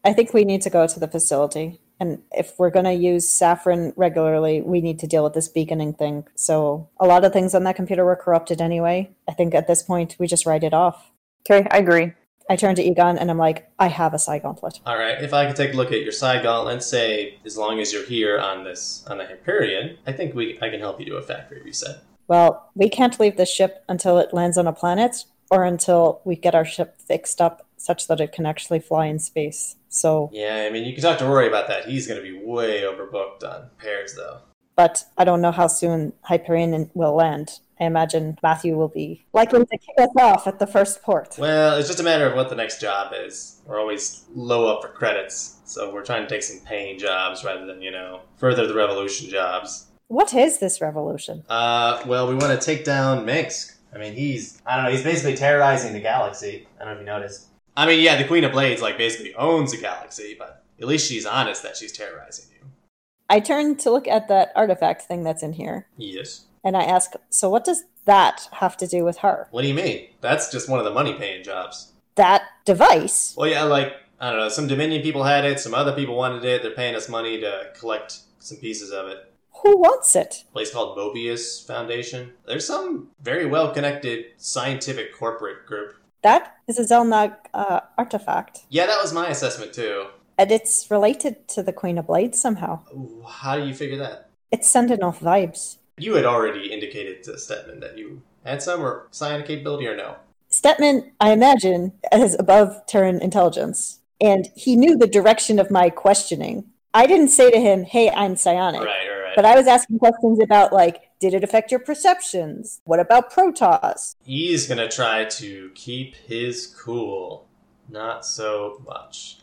I think we need to go to the facility. And if we're gonna use saffron regularly, we need to deal with this beaconing thing. So a lot of things on that computer were corrupted anyway. I think at this point we just write it off.
Okay, I agree.
I turn to Egon and I'm like, I have a psi gauntlet.
All right. If I could take a look at your side gauntlet, say as long as you're here on this on the Hyperion, I think we I can help you do a factory reset.
Well, we can't leave the ship until it lands on a planet or until we get our ship fixed up such that it can actually fly in space. So,
Yeah, I mean you can talk to Rory about that. He's going to be way overbooked on pairs though.
but I don't know how soon Hyperion will land. I imagine Matthew will be likely to kick us off at the first port.
Well, it's just a matter of what the next job is. We're always low up for credits, so we're trying to take some paying jobs rather than, you know, further the revolution jobs.
What is this revolution?
Uh, well, we want to take down Minsk. I mean, he's, I don't know, he's basically terrorizing the galaxy. I don't know if you noticed. I mean, yeah, the Queen of Blades, like, basically owns the galaxy, but at least she's honest that she's terrorizing you.
I turn to look at that artifact thing that's in here
Yes.
and I ask, so what does that have to do with her?
What do you mean? That's just one of the money paying jobs.
That device?
Well, yeah, like I don't know, some Dominion people had it, some other people wanted it. They're paying us money to collect some pieces of it.
Who wants it?
A place called Mobius Foundation. There's some very well-connected scientific corporate group.
That is a Zelnag uh, artifact,
Yeah, that was my assessment too.
and it's related to the Queen of Blades somehow.
Ooh, How do you figure that?
It's sending off vibes.
You had already indicated to Stedman that you had some or psionic capability or no.
Stepman, I imagine, is above Terran intelligence, and he knew the direction of my questioning. I didn't say to him, "Hey, I'm psionic,"
Right, right, right.
but I was asking questions about like, did it affect your perceptions? What about Protoss?
He's gonna try to keep his cool. Not so much.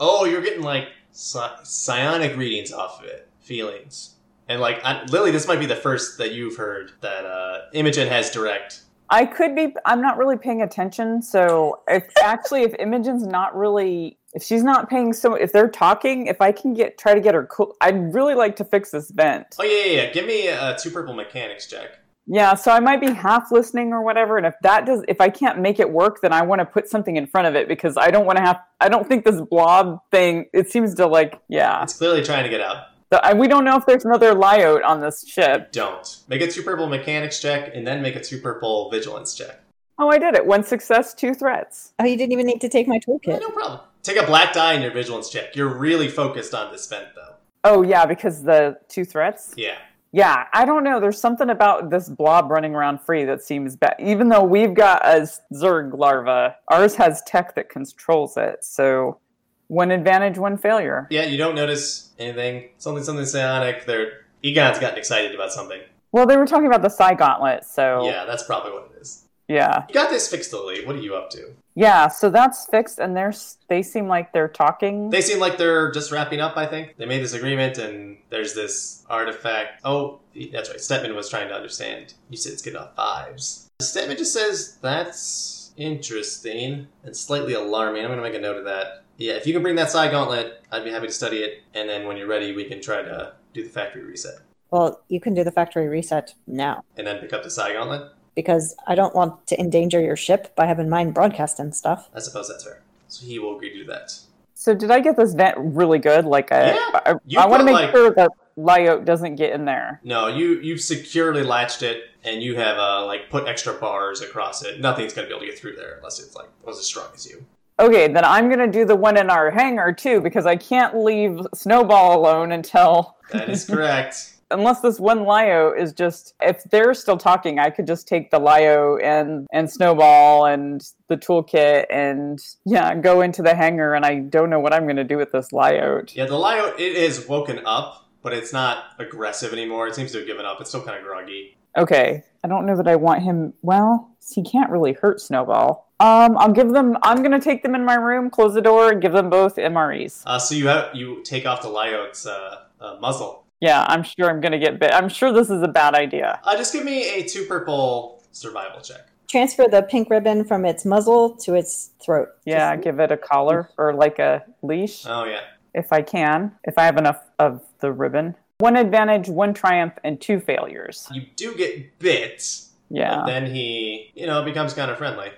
Oh, you're getting like psi- psionic readings off of it, feelings, and like I, Lily. This might be the first that you've heard that uh, Imogen has direct.
I could be. I'm not really paying attention. So if actually, if Imogen's not really, if she's not paying so, if they're talking, if I can get try to get her cool, I'd really like to fix this vent.
Oh yeah, yeah. yeah. Give me a two purple mechanics check.
Yeah. So I might be half listening or whatever. And if that does, if I can't make it work, then I want to put something in front of it because I don't want to have. I don't think this blob thing. It seems to like. Yeah.
It's clearly trying to get out.
So, I, we don't know if there's another Lyote on this ship.
Don't. Make a two purple mechanics check and then make a two purple vigilance check.
Oh, I did it. One success, two threats.
Oh, you didn't even need to take my
Yeah,
toolkit.
no problem. Take a black die in your vigilance check. You're really focused on this vent, though.
Oh, yeah, because the two threats?
Yeah.
Yeah, I don't know. There's something about this blob running around free that seems bad. Even though we've got a Zerg larva, ours has tech that controls it. So one advantage, one failure.
Yeah, you don't notice anything. Something, something psionic. They're, Egon's gotten excited about something.
Well, they were talking about the Psy Gauntlet. So
Yeah, that's probably what it is.
yeah.
You got this fixed, Lily. What are you up to?
Yeah, so that's fixed, and they're, s- they seem like they're talking.
They seem like they're just wrapping up, I think. They made this agreement, and there's this artifact. Oh, that's right. Stepman was trying to understand. You said it's getting off fives. Stepman just says, That's interesting and slightly alarming. I'm going to make a note of that. Yeah, if you can bring that side gauntlet, I'd be happy to study it. And then when you're ready, we can try to do the factory reset
Well, you can do the factory reset now
and then pick up the side gauntlet.
because I don't want to endanger your ship by having mine broadcast and stuff.
I suppose that's fair. So he will agree to do that.
so did I get this vent really good? Like I,
Yeah,
I,
you
want to
put,
make
like-
sure that Lyote doesn't get in there.
No, you you've securely latched it, and you have uh, like put extra bars across it. Nothing's gonna be able to get through there unless it's like was as strong as you.
Okay, then I'm gonna do the one in our hangar too because I can't leave Snowball alone until
That is correct.
unless this one Lyo is just if they're still talking, I could just take the Lyo and and Snowball and the toolkit and yeah, go into the hangar and I don't know what I'm gonna do with this Lyo.
yeah, the Lyo it is woken up, but it's not aggressive anymore. It seems to have given up. It's still kind of groggy.
Okay. I don't know that I want him well, he can't really hurt Snowball. Um, I'll give them I'm gonna take them in my room, close the door, and give them both MREs.
Uh, so you have you take off the Lyo's uh, uh, muzzle.
Yeah, I'm sure I'm gonna get bit. I'm sure this is a bad idea.
Uh, just give me a two purple survival check.
Transfer the pink ribbon from its muzzle to its throat.
Yeah,
Just-
give it a collar or like a leash.
Oh yeah,
if I can, if I have enough of the ribbon. One advantage, one triumph, and two failures.
you do get bit.
Yeah.
But then he you know becomes kind of friendly.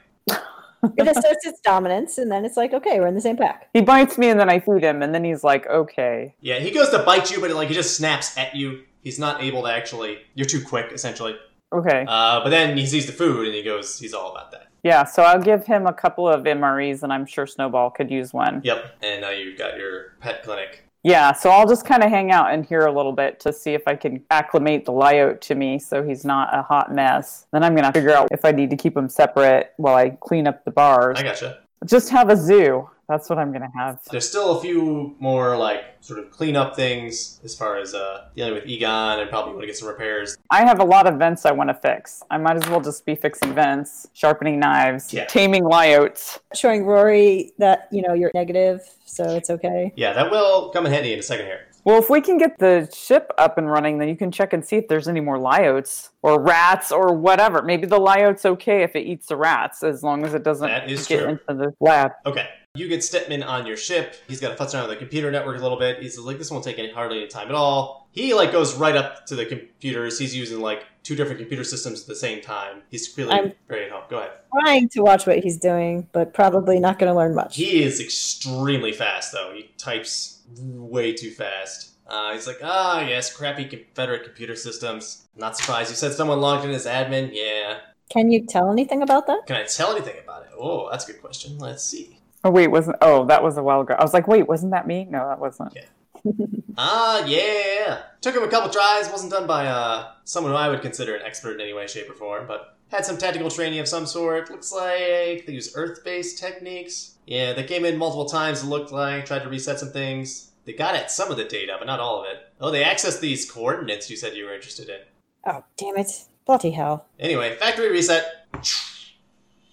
it asserts its dominance, and then it's like, okay, we're in the same pack.
He bites me and then I feed him, and then he's like, okay.
Yeah, he goes to bite you, but like he just snaps at you. He's not able to actually. You're too quick, essentially.
Okay.
Uh, but then he sees the food and he goes, he's all about that.
Yeah, so I'll give him a couple of MREs, and I'm sure Snowball could use one. Yeah,
Yep. And now you've got your pet clinic.
so I'll just kind of hang out in here a little bit to see if I can acclimate the Lyote to me so he's not a hot mess. Then I'm going to figure out if I need to keep him separate while I clean up the bars.
I gotcha.
Just have a zoo. That's what I'm going to have.
There's still a few more like sort of cleanup things as far as uh, dealing with Egon and probably want to get some repairs.
I have a lot of vents I want to fix. I might as well just be fixing vents, sharpening knives,
Yeah.
taming lyotes.
Showing Rory that, you know, you're negative, so it's okay.
Yeah, that will come in handy in a second here.
Well, if we can get the ship up and running, then you can check and see if there's any more lyotes or rats or whatever. Maybe the lyote's okay if it eats the rats, as long as it doesn't
That is
get
true.
into the lab.
Okay. You get Stepman on your ship. He's got to futz around with the computer network a little bit. He's like, this won't take any, hardly any time at all. He like goes right up to the computers. He's using like two different computer systems at the same time. He's feeling
I'm-
very at home. Go ahead.
Trying to watch what he's doing, but probably not going to learn much.
He is extremely fast though. He types way too fast. Uh, he's like, ah, yes, crappy Confederate computer systems. Not surprised. You said someone logged in as admin. Yeah.
Can you tell anything about that?
Can I tell anything about it? Oh, that's a good question. Let's see.
Oh wait, wasn't? Oh, that was a while ago. I was like, wait, wasn't that me? No, that wasn't.
Yeah. Ah, yeah. Took him a couple tries. Wasn't done by uh someone who I would consider an expert in any way, shape, or form, but had some tactical training of some sort. Looks like they use earth-based techniques. Yeah, they came in multiple times. It looked like tried to reset some things. They got at some of the data, but not all of it. Oh, they accessed these coordinates you said you were interested in.
Oh, damn it. Bloody hell.
Anyway, factory reset.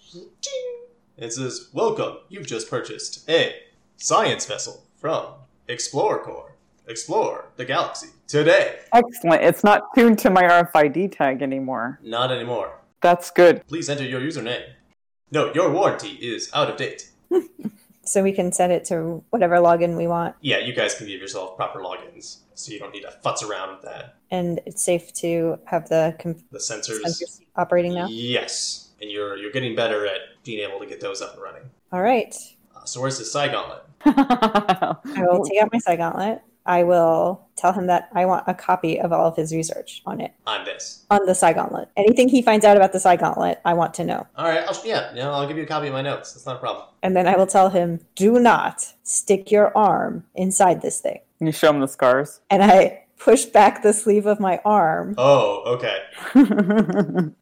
Ching. It says, Welcome, you've just purchased a science vessel from Explorer Corps. Explore the galaxy today.
Excellent. It's not tuned to my RFID tag anymore.
Not anymore.
That's good.
Please enter your username. No, your warranty is out of date.
So we can set it to whatever login we want,
Yeah, you guys can give yourself proper logins, so you don't need to futz around with that.
and it's safe to have the com-
The sensors.
sensors operating now.
Yes, and you're you're getting better at being able to get those up and running.
All right.
Uh, so where's the Psy Gauntlet?
I will take out my Psy Gauntlet. I will tell him that I want a copy of all of his research on it,
on this.
on the Psi Gauntlet. Anything he finds out about the Psi Gauntlet, I want to know.
All right, I'll, yeah, yeah, I'll give you a copy of my notes. That's not a problem.
And then I will tell him, do not stick your arm inside this thing.
You show him the scars.
And I push back the sleeve of my arm,
Oh, okay.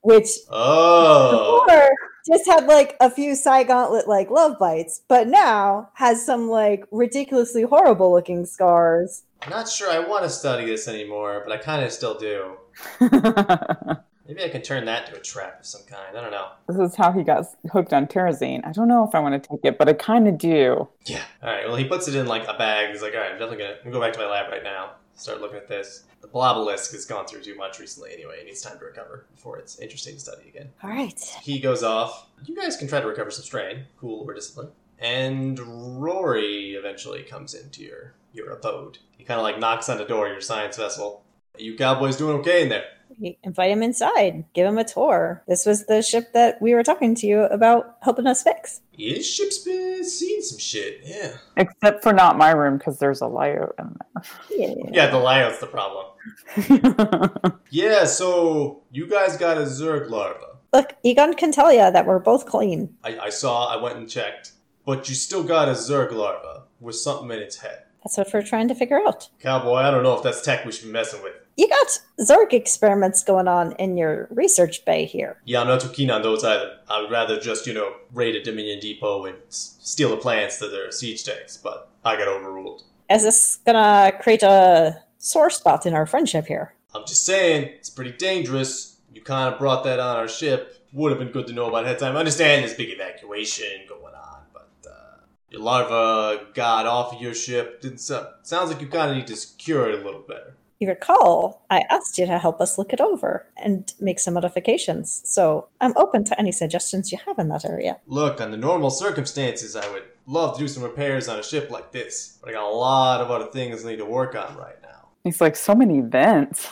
which
Oh,
before just had like a few Psy Gauntlet like love bites, but now has some like ridiculously horrible looking scars.
I'm not sure I want to study this anymore, but I kind of still do. Maybe I can turn that to a trap of some kind. I don't know.
This is how he got hooked on terazine. I don't know if I want to take it, but I kind of do.
Yeah. All right. Well, he puts it in like a bag. He's like, all right, I'm definitely gonna, I'm gonna go back to my lab right now. Start looking at this. The blobelisk has gone through too much recently, anyway. It needs time to recover before it's interesting to study again.
All right.
He goes off. You guys can try to recover some strain, cool or discipline. And Rory eventually comes into your your abode. He kind of like knocks on the door of your science vessel. You cowboys doing okay in there?
We invite him inside, give him a tour. This was the ship that we were talking to you about helping us fix.
Your ship's been seeing some shit. Yeah.
Except for not my room because there's a Lyo in
Yeah.
Yeah, the lion's the problem.
there.
Yeah. So you guys got a zerg larva.
Look, Egon can tell you that we're both clean.
I, I saw, I went and checked. But you still got a Zerg larva with something in its head.
That's what we're trying to figure out.
Cowboy, I don't know if that's tech we should be messing with.
You got Zerg experiments going on in your research bay here.
Yeah, I'm not too keen on those either. I would rather just, you know, raid a Dominion depot and s- steal the plants that are siege tanks, but I got overruled.
Is this gonna create a sore spot in our friendship here?
I'm just saying, it's pretty dangerous. You kind of brought that on our ship. Would have been good to know about ahead of time. I understand there's big evacuation going on, but uh, your larva got off of your ship. Didn't so- sounds like you kind of need to secure it a little better.
You recall, I asked you to help us look it over and make some modifications, so I'm open to any suggestions you have in that area.
Look, under normal circumstances, I would love to do some repairs on a ship like this, but I got a lot of other things I need to work on right now.
He's like, so many vents.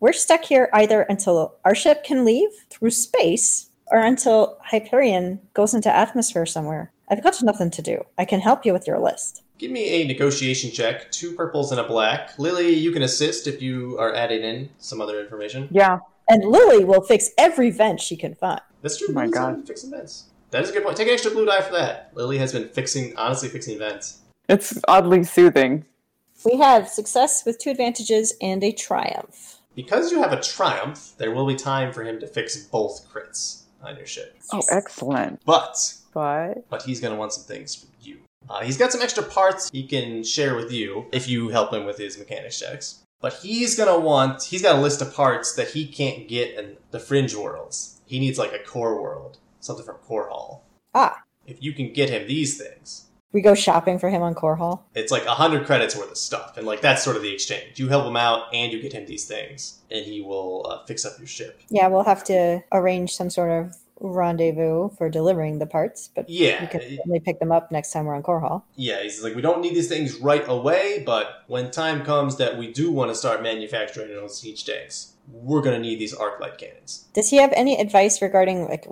We're stuck here either until our ship can leave through space or until Hyperion goes into atmosphere somewhere. I've got nothing to do. I can help you with your list.
Give me a negotiation check, two purples and a black. Lily, you can assist if you are adding in some other information.
yeah.
And Lily will fix every vent she can find.
That's true.
Oh my
Lily's
God.
been Fixing vents. That is a good point. Take an extra blue die for that. Lily has been fixing, honestly, fixing vents.
It's oddly soothing.
We have success with two advantages and a triumph.
Because you have a triumph, there will be time for him to fix both crits on your ship.
Oh, excellent.
But
But
but he's going to want some things from you. Uh, he's got some extra parts he can share with you if you help him with his mechanics checks. But he's going to want, he's got a list of parts that he can't get in the fringe worlds. He needs like a core world, something from Core Hall.
Ah.
If you can get him these things,
We go shopping for him on Core Hall.
it's like 100 credits worth of stuff. And like that's sort of the exchange. You help him out and you get him these things, and he will uh, fix up your ship.
Yeah, we'll have to arrange some sort of rendezvous for delivering the parts, but we
Yeah.
can certainly pick them up next time we're on Core Hall.
Yeah, he's like, we don't need these things right away, but when time comes that we do want to start manufacturing our own siege tanks, we're going to need these arc light cannons.
Does he have any advice regarding like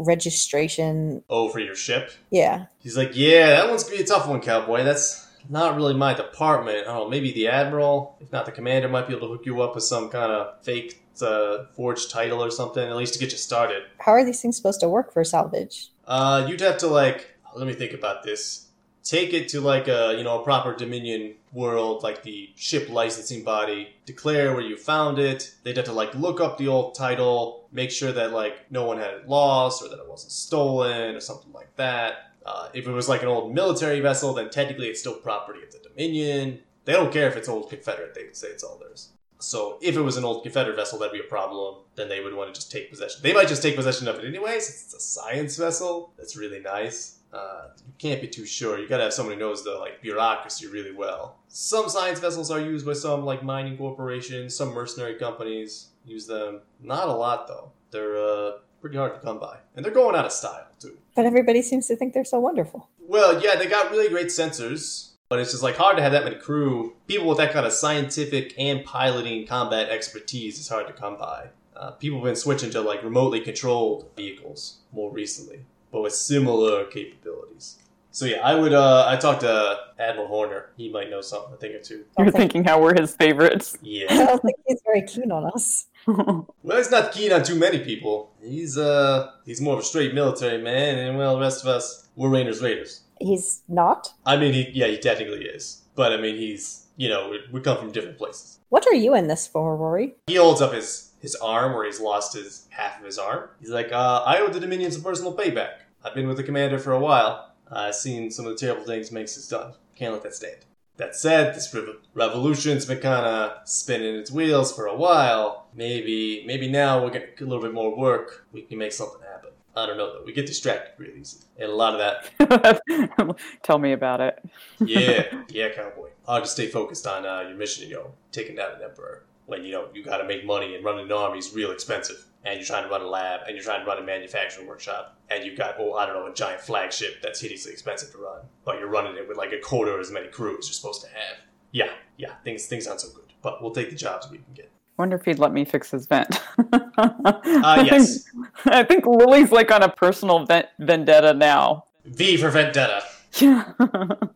registration?
Oh, for your ship?
Yeah.
He's like, yeah, that one's going to be a tough one, cowboy. That's not really my department. I don't know, maybe the admiral, if not the commander, might be able to hook you up with some kind of fake uh, forged title or something, at least to get you started.
How are these things supposed to work for salvage?
Uh, you'd have to like let me think about this. Take it to like a you know a proper Dominion world, like the ship licensing body. Declare where you found it. They'd have to like look up the old title, make sure that like no one had it lost or that it wasn't stolen or something like that. Uh, if it was like an old military vessel, then technically it's still property of the Dominion. They don't care if it's old Confederate; they say it's all theirs. So if it was an old Confederate vessel, that'd be a problem. Then they would want to just take possession. They might just take possession of it anyway, since it's a science vessel. That's really nice. Uh, you can't be too sure. You gotta have someone who knows the like bureaucracy really well. Some science vessels are used by some like mining corporations. Some mercenary companies use them. Not a lot though. They're uh, pretty hard to come by, and they're going out of style too.
But everybody seems to think they're so wonderful.
Well, yeah, they got really great sensors, but it's just like hard to have that many crew. People with that kind of scientific and piloting combat expertise is hard to come by. Uh, people have been switching to like remotely controlled vehicles more recently, but with similar capabilities. So yeah, I would. Uh, I talked to Admiral Horner. He might know something, I think, or two.
I
You're
don't think-
thinking how we're his favorites.
Yeah.
I don't think he's very keen on us.
Well, he's not keen on too many people. He's uh, he's more of a straight military man, and well, the rest of us, we're Raiders Raiders.
He's not.
I mean, he, yeah, he technically is, but I mean, he's you know, we, we come from different places.
What are you in this for, Rory?
He holds up his his arm where he's lost his half of his arm. He's like, uh, I owe the Dominion some personal payback. I've been with the commander for a while. I've seen some of the terrible things Manx has done. Can't let that stand. That said, this rev- revolution's been kind of spinning its wheels for a while. Maybe, maybe now we're getting a little bit more work. We can make something happen. I don't know though. We get distracted really easy, and a lot of that
Tell me about it.
yeah, yeah, cowboy. Hard to stay focused on uh, your mission, you know, taking down an emperor. When you know you got to make money and running an army is real expensive, and you're trying to run a lab, and you're trying to run a manufacturing workshop, and you've got oh I don't know a giant flagship that's hideously expensive to run, but you're running it with like a quarter as many crews you're supposed to have. Yeah, yeah, things things aren't so good, but we'll take the jobs we can get.
Wonder if he'd let me fix his vent.
Uh, yes,
I think Lily's like on a personal ven- vendetta now.
V for vendetta.
Yeah.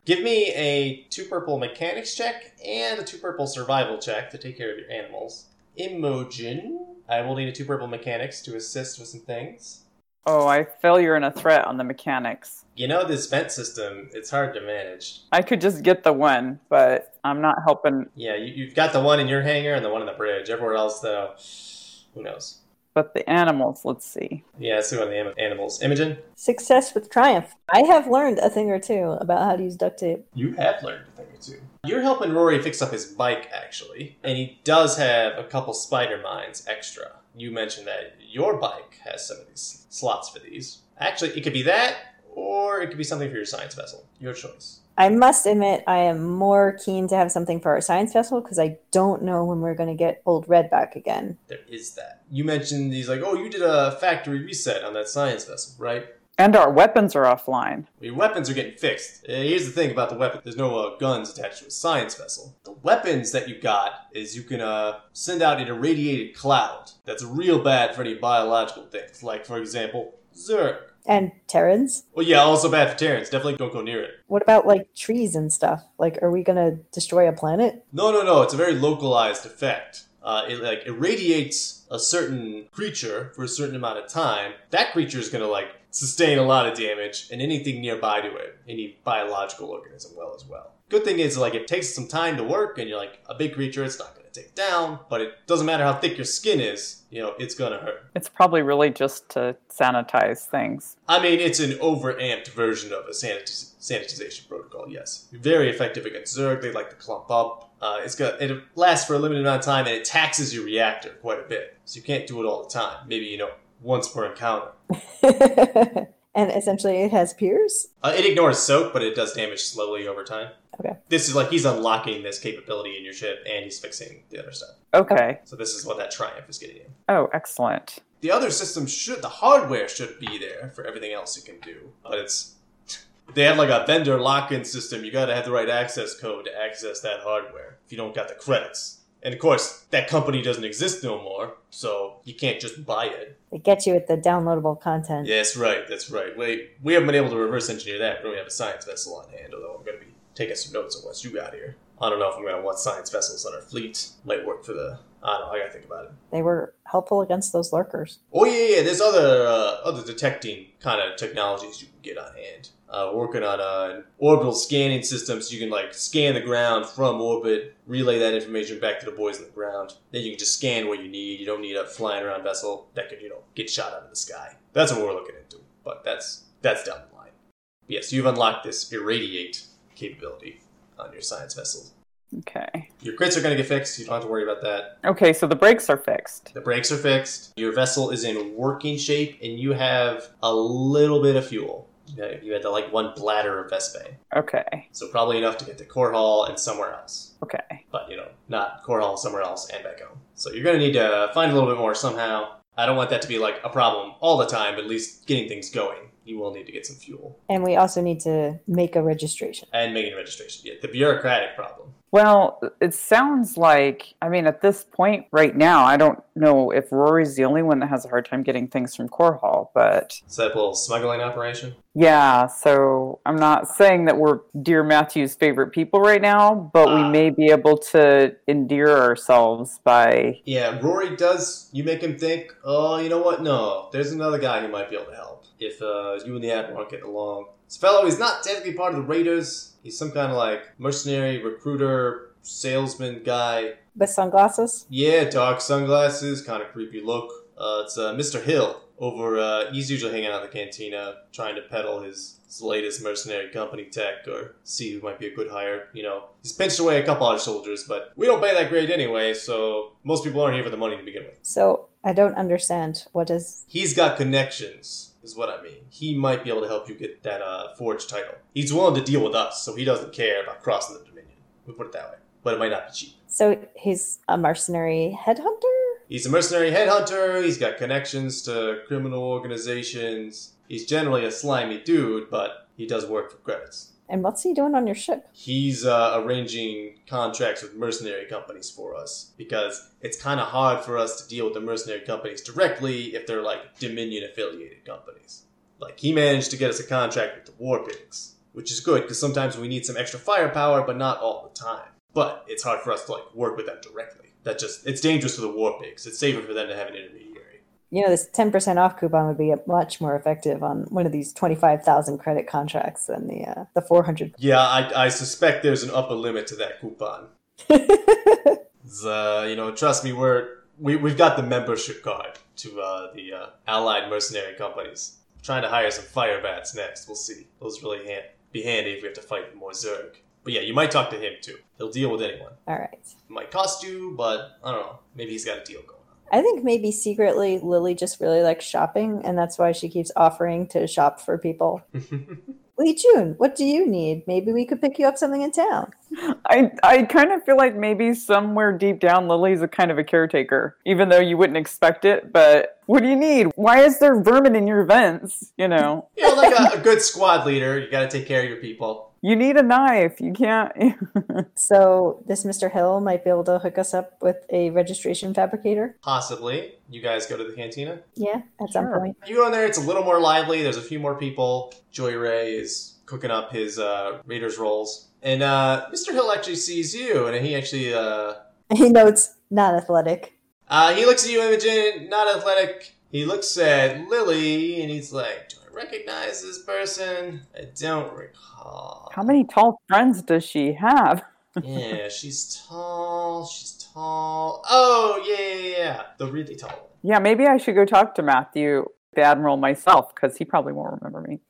Give me a two purple mechanics check and a two purple survival check to take care of your animals. Imogen, I will need a two purple mechanics to assist with some things.
oh, I failure and a threat on the mechanics.
You know this vent system; it's hard to manage.
I could just get the one, but I'm not helping.
Yeah, you, you've got the one in your hangar and the one in the bridge. Everywhere else, though, who knows?
But the animals, let's see.
Yeah, let's see on the anim- animals. Imogen,
Success with triumph. I have learned a thing or two about how to use duct tape.
you have learned a thing or two. You're helping Rory fix up his bike, actually, and he does have a couple spider mines extra. You mentioned that your bike has some of these slots for these. Actually, it could be that, or it could be something for your science vessel. Your choice.
I must admit, I am more keen to have something for our science festival because I don't know when we're going to get old Red back again.
There is that. You mentioned he's like, oh, you did a factory reset on that science vessel, right?
And our weapons are offline.
Your weapons are getting fixed. Uh, Here's the thing about the weapon: there's no uh, guns attached to a science vessel. The weapons that you got is you can uh, send out an irradiated cloud. That's real bad for any biological things, like for example, Zerg.
And Terrans?
Well, yeah, also bad for Terrans. Definitely don't go near it.
What about like trees and stuff? Like, are we going to destroy a planet?
No, no, no. It's a very localized effect. Uh, it like irradiates a certain creature for a certain amount of time. That creature is gonna like sustain a lot of damage, and anything nearby to it, any biological organism, well as well. Good thing is like it takes some time to work, and you're like a big creature. It's not gonna take down, but it doesn't matter how thick your skin is. You know, it's gonna hurt.
It's probably really just to sanitize things.
I mean, it's an overamped version of a sanitiz- sanitization protocol. Yes, very effective against Zerg. They like to clump up. Uh, it's got it lasts for a limited amount of time, and it taxes your reactor quite a bit. So you can't do it all the time. Maybe you know once per encounter.
and essentially, it has peers?
Uh, it ignores soak, but it does damage slowly over time.
Okay.
This is like he's unlocking this capability in your ship, and he's fixing the other stuff.
Okay.
So this is what that triumph is getting in.
Oh, excellent.
the other system should the hardware should be there for everything else you can do but it's they have like a vendor lock-in system you gotta have the right access code to access that hardware if you don't got the credits and of course that company doesn't exist no more so you can't just buy it
They get you at the downloadable content.
yeah, that's right that's right we, we haven't been able to reverse engineer that we don't have a science vessel on hand although i'm gonna be taking some notes on once you got here i don't know if i'm gonna want science vessels on our fleet might work for the i don't know i gotta think about it
They were helpful against those lurkers.
Oh yeah, yeah. There's other uh, other detecting kind of technologies you can get on hand. Uh, working on uh, an orbital scanning system, so you can like scan the ground from orbit, relay that information back to the boys on the ground. Then you can just scan what you need. You don't need a flying around vessel that could you know get shot out of the sky. That's what we're looking into. But that's that's down the line. Yes, you've unlocked this irradiate capability on your science vessel.
Okay.
Your crits are going to get fixed. You don't have to worry about that.
Okay, so the brakes are fixed.
The brakes are fixed. Your vessel is in working shape, and you have a little bit of fuel. You had- You had like one bladder of Vespane,
Okay.
so probably enough to get to Core Hall and somewhere else.
Okay.
But you know, not Core Hall, somewhere else, and back home. So you're gonna need to find a little bit more somehow. I don't want that to be like a problem all the time, but at least getting things going, you will need to get some fuel
And we also need to make a registration.
and making registration. Yeah, the bureaucratic problem.
Well, it sounds like, I mean, at this point right now, I don't know if Rory's the only one that has a hard time getting things from Core Hall, but
Is that a little smuggling operation?
yeah, so I'm not saying that we're dear Matthew's favorite people right now, but we
Ah.
may be able to endear ourselves by.
Yeah, Rory does. You make him think, oh, you know what? No, there's another guy who might be able to help if uh, you and the Admiral get along. This fellow, he's not technically part of the Raiders. He's some kind of like mercenary recruiter, salesman guy.
With sunglasses?
Yeah, dark sunglasses, kind of creepy look. Uh, it's uh, Mr. Hill over. Uh, he's usually hanging out in the cantina, trying to peddle his, his latest mercenary company tech or see who might be a good hire. You know, he's pinched away a couple other soldiers, but we don't pay that grade anyway, so most people aren't here for the money to begin with.
So I don't understand. What is.
He's got connections, is what I mean. He might be able to help you get that uh, forge title. He's willing to deal with us, so he doesn't care about crossing the Dominion. We put it that way, but it might not be cheap.
So he's a mercenary headhunter?
He's a mercenary headhunter. He's got connections to criminal organizations. He's generally a slimy dude, but he does work for credits.
And what's he doing on your ship?
He's uh, arranging contracts with mercenary companies for us because it's kind of hard for us to deal with the mercenary companies directly if they're like Dominion affiliated companies. Like, he managed to get us a contract with the War Pigs, which is good because sometimes we need some extra firepower, but not all the time. But it's hard for us to like work with them directly. That just, it's dangerous for the War Pigs. It's safer for them to have an intermediary.
You know, this 10% off coupon would be much more effective on one of these 25,000 credit contracts than the uh, the 400.
Yeah, I, I suspect there's an upper limit to that coupon. It's, uh, you know, trust me, we're we, we've got the membership card to uh, the uh, allied mercenary companies. trying to hire some fire bats next. We'll see. Those really hand, be handy if we have to fight more Zerg. But yeah, you might talk to him too. He'll deal with anyone.
All right.
might cost you, but I don't know. Maybe he's got a deal going on.
I think maybe secretly Lily just really likes shopping, and that's why she keeps offering to shop for people. Lee June, what do you need? Maybe we could pick you up something in town.
I, I kind of feel like maybe somewhere deep down, Lily's a kind of a caretaker, even though you wouldn't expect it, but what do you need? Why is there vermin in your vents? You know?
you know, like a, a good squad leader, you got to take care of your people.
You need a knife. You can't.
So this Mr. Hill might be able to hook us up with a registration fabricator.
Possibly, you guys go to the cantina.
Yeah, at some
Sure.
point.
You go in there, it's a little more lively. There's a few more people. Joy Ray is cooking up his uh, Raiders rolls. And uh, Mr. Hill actually sees you, and he actually uh,
He notes not athletic.
uh, he looks at you, Imogen, not athletic. He looks at Lily, and he's like, "Do I recognize this person? I don't recall."
How many tall friends does she have?
yeah, she's tall. She's tall. Oh yeah, yeah, yeah, the really tall one.
Yeah, maybe I should go talk to Matthew, the Admiral, myself, because he probably won't remember me.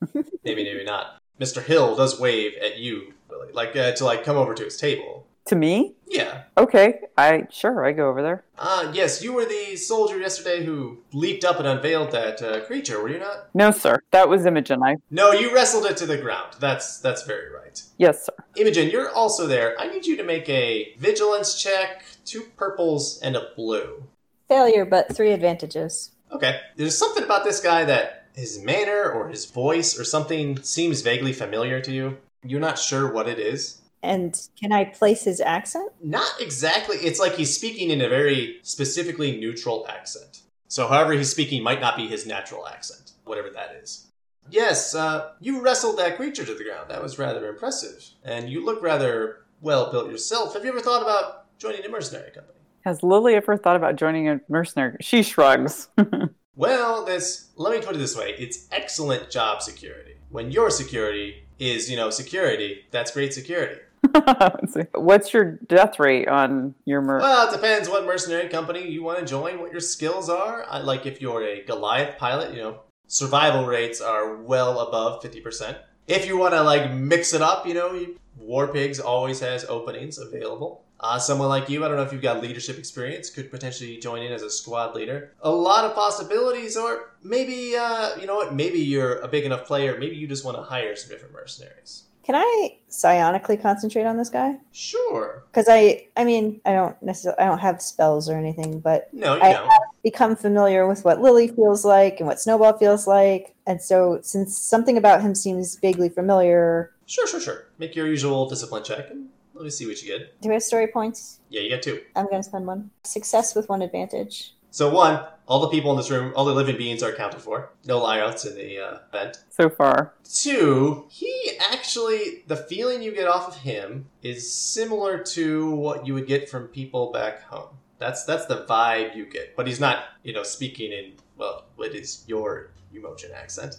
Maybe, maybe not. Mr. Hill does wave at you, Lily, like uh, to like come over to his table.
to me?
Yeah,
Okay. I sure I go over there.
Ah, yes, you were the soldier yesterday who leaped up and unveiled that uh, creature, were you not?
No, sir. That was Imogen. I
No, you wrestled it to the ground. That's that's very right.
yes, sir.
Imogen, you're also there. I need you to make a vigilance check, two purples and a blue.
Failure, but three advantages.
Okay. There's something about this guy that his manner or his voice or something seems vaguely familiar to you. You're not sure what it is.
And can I place his accent?
Not exactly. It's like he's speaking in a very specifically neutral accent. So, however he's speaking might not be his natural accent, whatever that is. Yes, uh, you wrestled that creature to the ground. That was rather impressive. And you look rather well built yourself. Have you ever thought about joining a mercenary company?
Has Lily ever thought about joining a mercenary? She shrugs.
Well, this let me put it this way: it's excellent job security. When your security is, you know, security, that's great security.
Let's see. What's your death rate on your mer?
Well, it depends what mercenary company you want to join, what your skills are. I, like if you're a Goliath pilot, you know, survival rates are well above 50%. If you want to like mix it up, you know, you, War Pigs always has openings available. Uh, someone like you, I don't know if you've got leadership experience, could potentially join in as a squad leader. A lot of possibilities, or maybe, uh, you know what, maybe you're a big enough player, maybe you just want to hire some different mercenaries.
Can I psionically concentrate on this guy?
Sure.
Because I, I mean, I don't necessarily, I don't have spells or anything, but
No, you
I-
know.
become familiar with what Lily feels like and what Snowball feels like. And so, since something about him seems vaguely familiar,
Sure, sure, sure. Make your usual discipline check and Let me see what you get.
Do we have story points?
Yeah, you got two.
I'm going to spend one. Success with one advantage.
So one, all the people in this room, all the living beings are accounted for. No lyouts in the uh, event.
so far.
Two, he actually, the feeling you get off of him is similar to what you would get from people back home. That's that's the vibe you get. But he's not, you know, speaking in well, what is your emotion accent?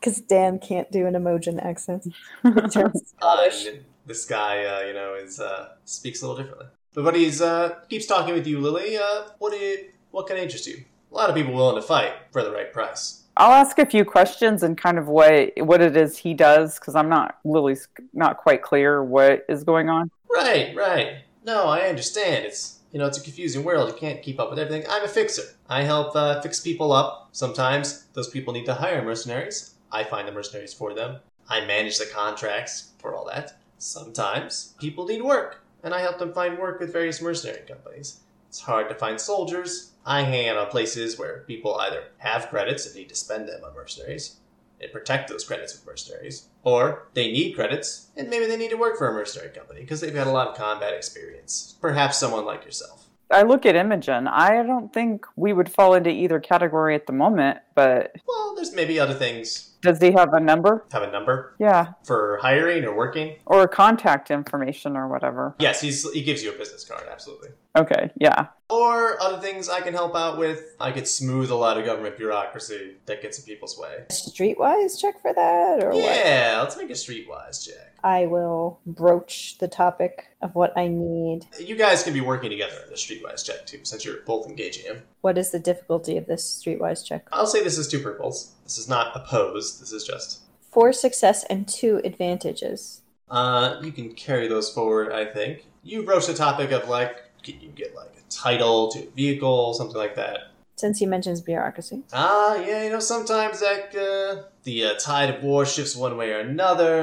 Because Dan can't do an emojin accent. Turns
Uh,
Scottish.
and this guy, uh, you know, is uh, speaks a little differently. But but he's uh, keeps talking with you, Lily. Uh, what do you, what can interest you? A lot of people willing to fight for the right price.
I'll ask a few questions and kind of what what it is he does because I'm not Lily's not quite clear what is going on.
Right, right. No, I understand. It's you know, it's a confusing world. You can't keep up with everything. I'm a fixer. I help uh, fix people up. Sometimes those people need to hire mercenaries. I find the mercenaries for them. I manage the contracts for all that. Sometimes people need work, and I help them find work with various mercenary companies. It's hard to find soldiers. I hang out on places where people either have credits and need to spend them on mercenaries, and protect those credits with mercenaries. Or they need credits, and maybe they need to work for a mercenary company because they've had a lot of combat experience. Perhaps someone like yourself.
I look at Imogen. I don't think we would fall into either category at the moment, but
Well, there's maybe other things.
does he have a number?
Have a number
Yeah,
for hiring or working.
or contact information or whatever.
Yes, he's, he gives you a business card, absolutely.
Okay, yeah.
Or other things I can help out with. I could smooth a lot of government bureaucracy that gets in people's way.
Streetwise check for that or what?
Yeah, let's make a streetwise check.
I will broach the topic of what I need.
You guys can be working together in the streetwise check too, since you're both engaging him.
What is the difficulty of this streetwise check?
I'll say this is two purples. This is not opposed. This is just
Four success and two advantages.
Uh, you can carry those forward, I think. You broached the topic of like, can you get like a title to a vehicle, something like that?
Since he mentions bureaucracy,
Ah, yeah, you know, sometimes that uh, the uh, tide of war shifts one way or another.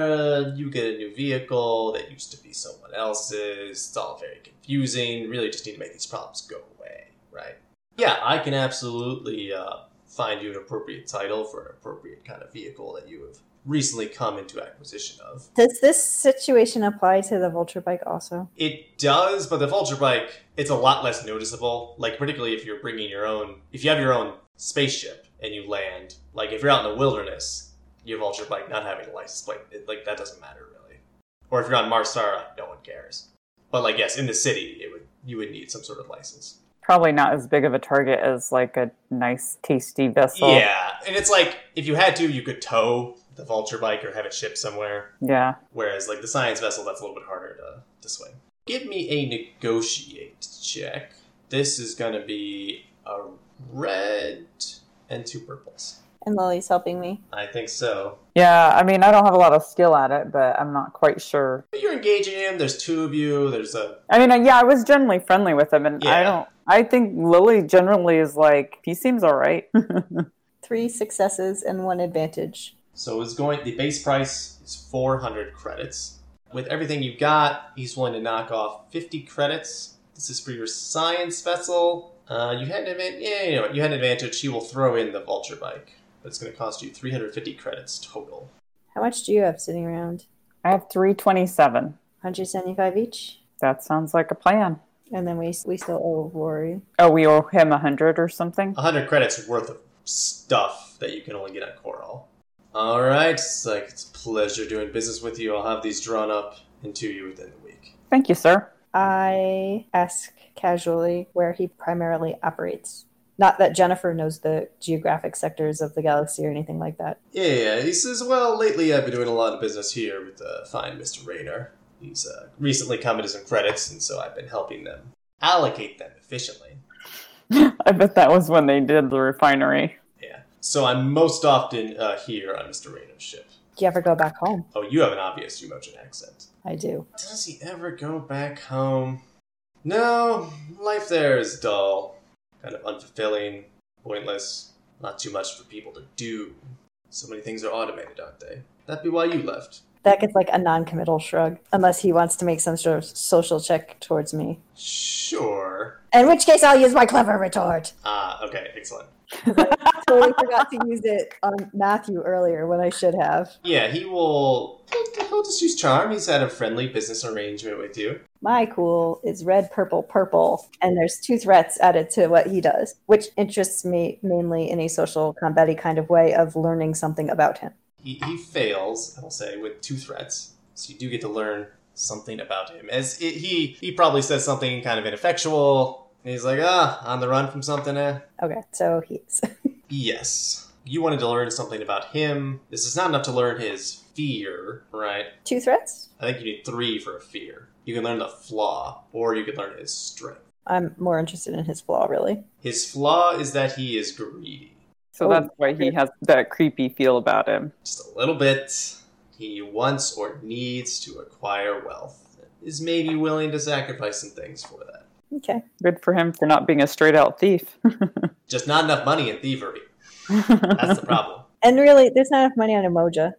You get a new vehicle that used to be someone else's. It's all very confusing. Really, just need to make these problems go away, right? Yeah, I can absolutely uh, find you an appropriate title for an appropriate kind of vehicle that you have recently come into acquisition of.
does this situation apply to the vulture bike also?
It does, but the vulture bike, it's a lot less noticeable. Like, particularly if you're bringing your own, if you have your own spaceship and you land, like if you're out in the wilderness, your vulture bike not having a license plate, it, like that doesn't matter really. Or if you're on Marstar, like, no one cares. But like, yes, in the city, it would you would need some sort of license.
Probably not as big of a target as like a nice, tasty vessel.
Yeah, and it's like if you had to, you could tow the vulture bike or have it shipped somewhere.
Yeah.
Whereas like the science vessel, that's a little bit harder to, to swing. Give me a negotiate check. This is gonna be a red and two purples.
And Lily's helping me.
I think so.
Yeah, I mean, I don't have a lot of skill at it, but I'm not quite sure.
But you're engaging him. There's two of you. There's a
I mean, I- yeah, I was generally friendly with him, and
Yeah.
I don't. I think Lily generally is like he seems all right.
Three successes and one advantage.
so it's going. The base price is 400 credits. With everything you've got, he's willing to knock off 50 credits. This is for your science vessel. Uh, you had an advantage. Yeah, you know what? You had an advantage. He will throw in the vulture bike. But it's going to cost you 350 credits total.
How much do you have sitting around?
I have three twenty-seven.
175 each?
That sounds like a plan.
And then we, we still owe Rory.
Oh, we owe him a hundred or something.
100 credits worth of stuff that you can only get on Coral. All right, it's like it's a pleasure doing business with you. I'll have these drawn up and to you within the week.
Thank you, sir.
I ask casually where he primarily operates. Not that Jennifer knows the geographic sectors of the galaxy or anything like that.
Yeah, he says, well, lately I've been doing a lot of business here with uh, fine Mr. Raynor. He's uh, recently come into some credits, and so I've been helping them allocate them efficiently.
I bet that was when they did the refinery.
Yeah. So I'm most often uh, here on Mr. Raynor's ship.
Do you ever go back home?
Oh, you have an obvious Umojan accent.
I do.
Does he ever go back home? No, life there is dull, kind of unfulfilling, pointless, not too much for people to do. So many things are automated, aren't they? That'd be why you left.
That gets like a non committal shrug, unless he wants to make some sort of social check towards me.
Sure.
In which case, I'll use my clever retort.
Ah, okay, excellent.
Totally forgot to use it on Matthew earlier when I should have.
Yeah, he will. He'll, I'll just use charm. He's had a friendly business arrangement with you.
My cool is red, purple, purple, and there's two threats added to what he does, which interests me mainly in a social combat kind of way of learning something about him.
He, he fails, I'll say, with two threats. So you do get to learn something about him. As it, he he probably says something kind of ineffectual. And he's like, ah, on the run from something. Eh?
Okay, so he's
Yes. You wanted to learn something about him. This is not enough to learn his fear, right?
two threats.
I think you need three for a fear. You can learn the flaw, or you can learn his strength.
I'm more interested in his flaw, really.
His flaw is that he is greedy.
So
Oh,
that's why he has that creepy feel about him.
Just a little bit. He wants or needs to acquire wealth. Is maybe willing to sacrifice some things for that.
Okay.
Good for him for not being a straight out thief.
Just not enough money in thievery.
Oh,
That's the problem.
And really, there's not enough money on Emoja.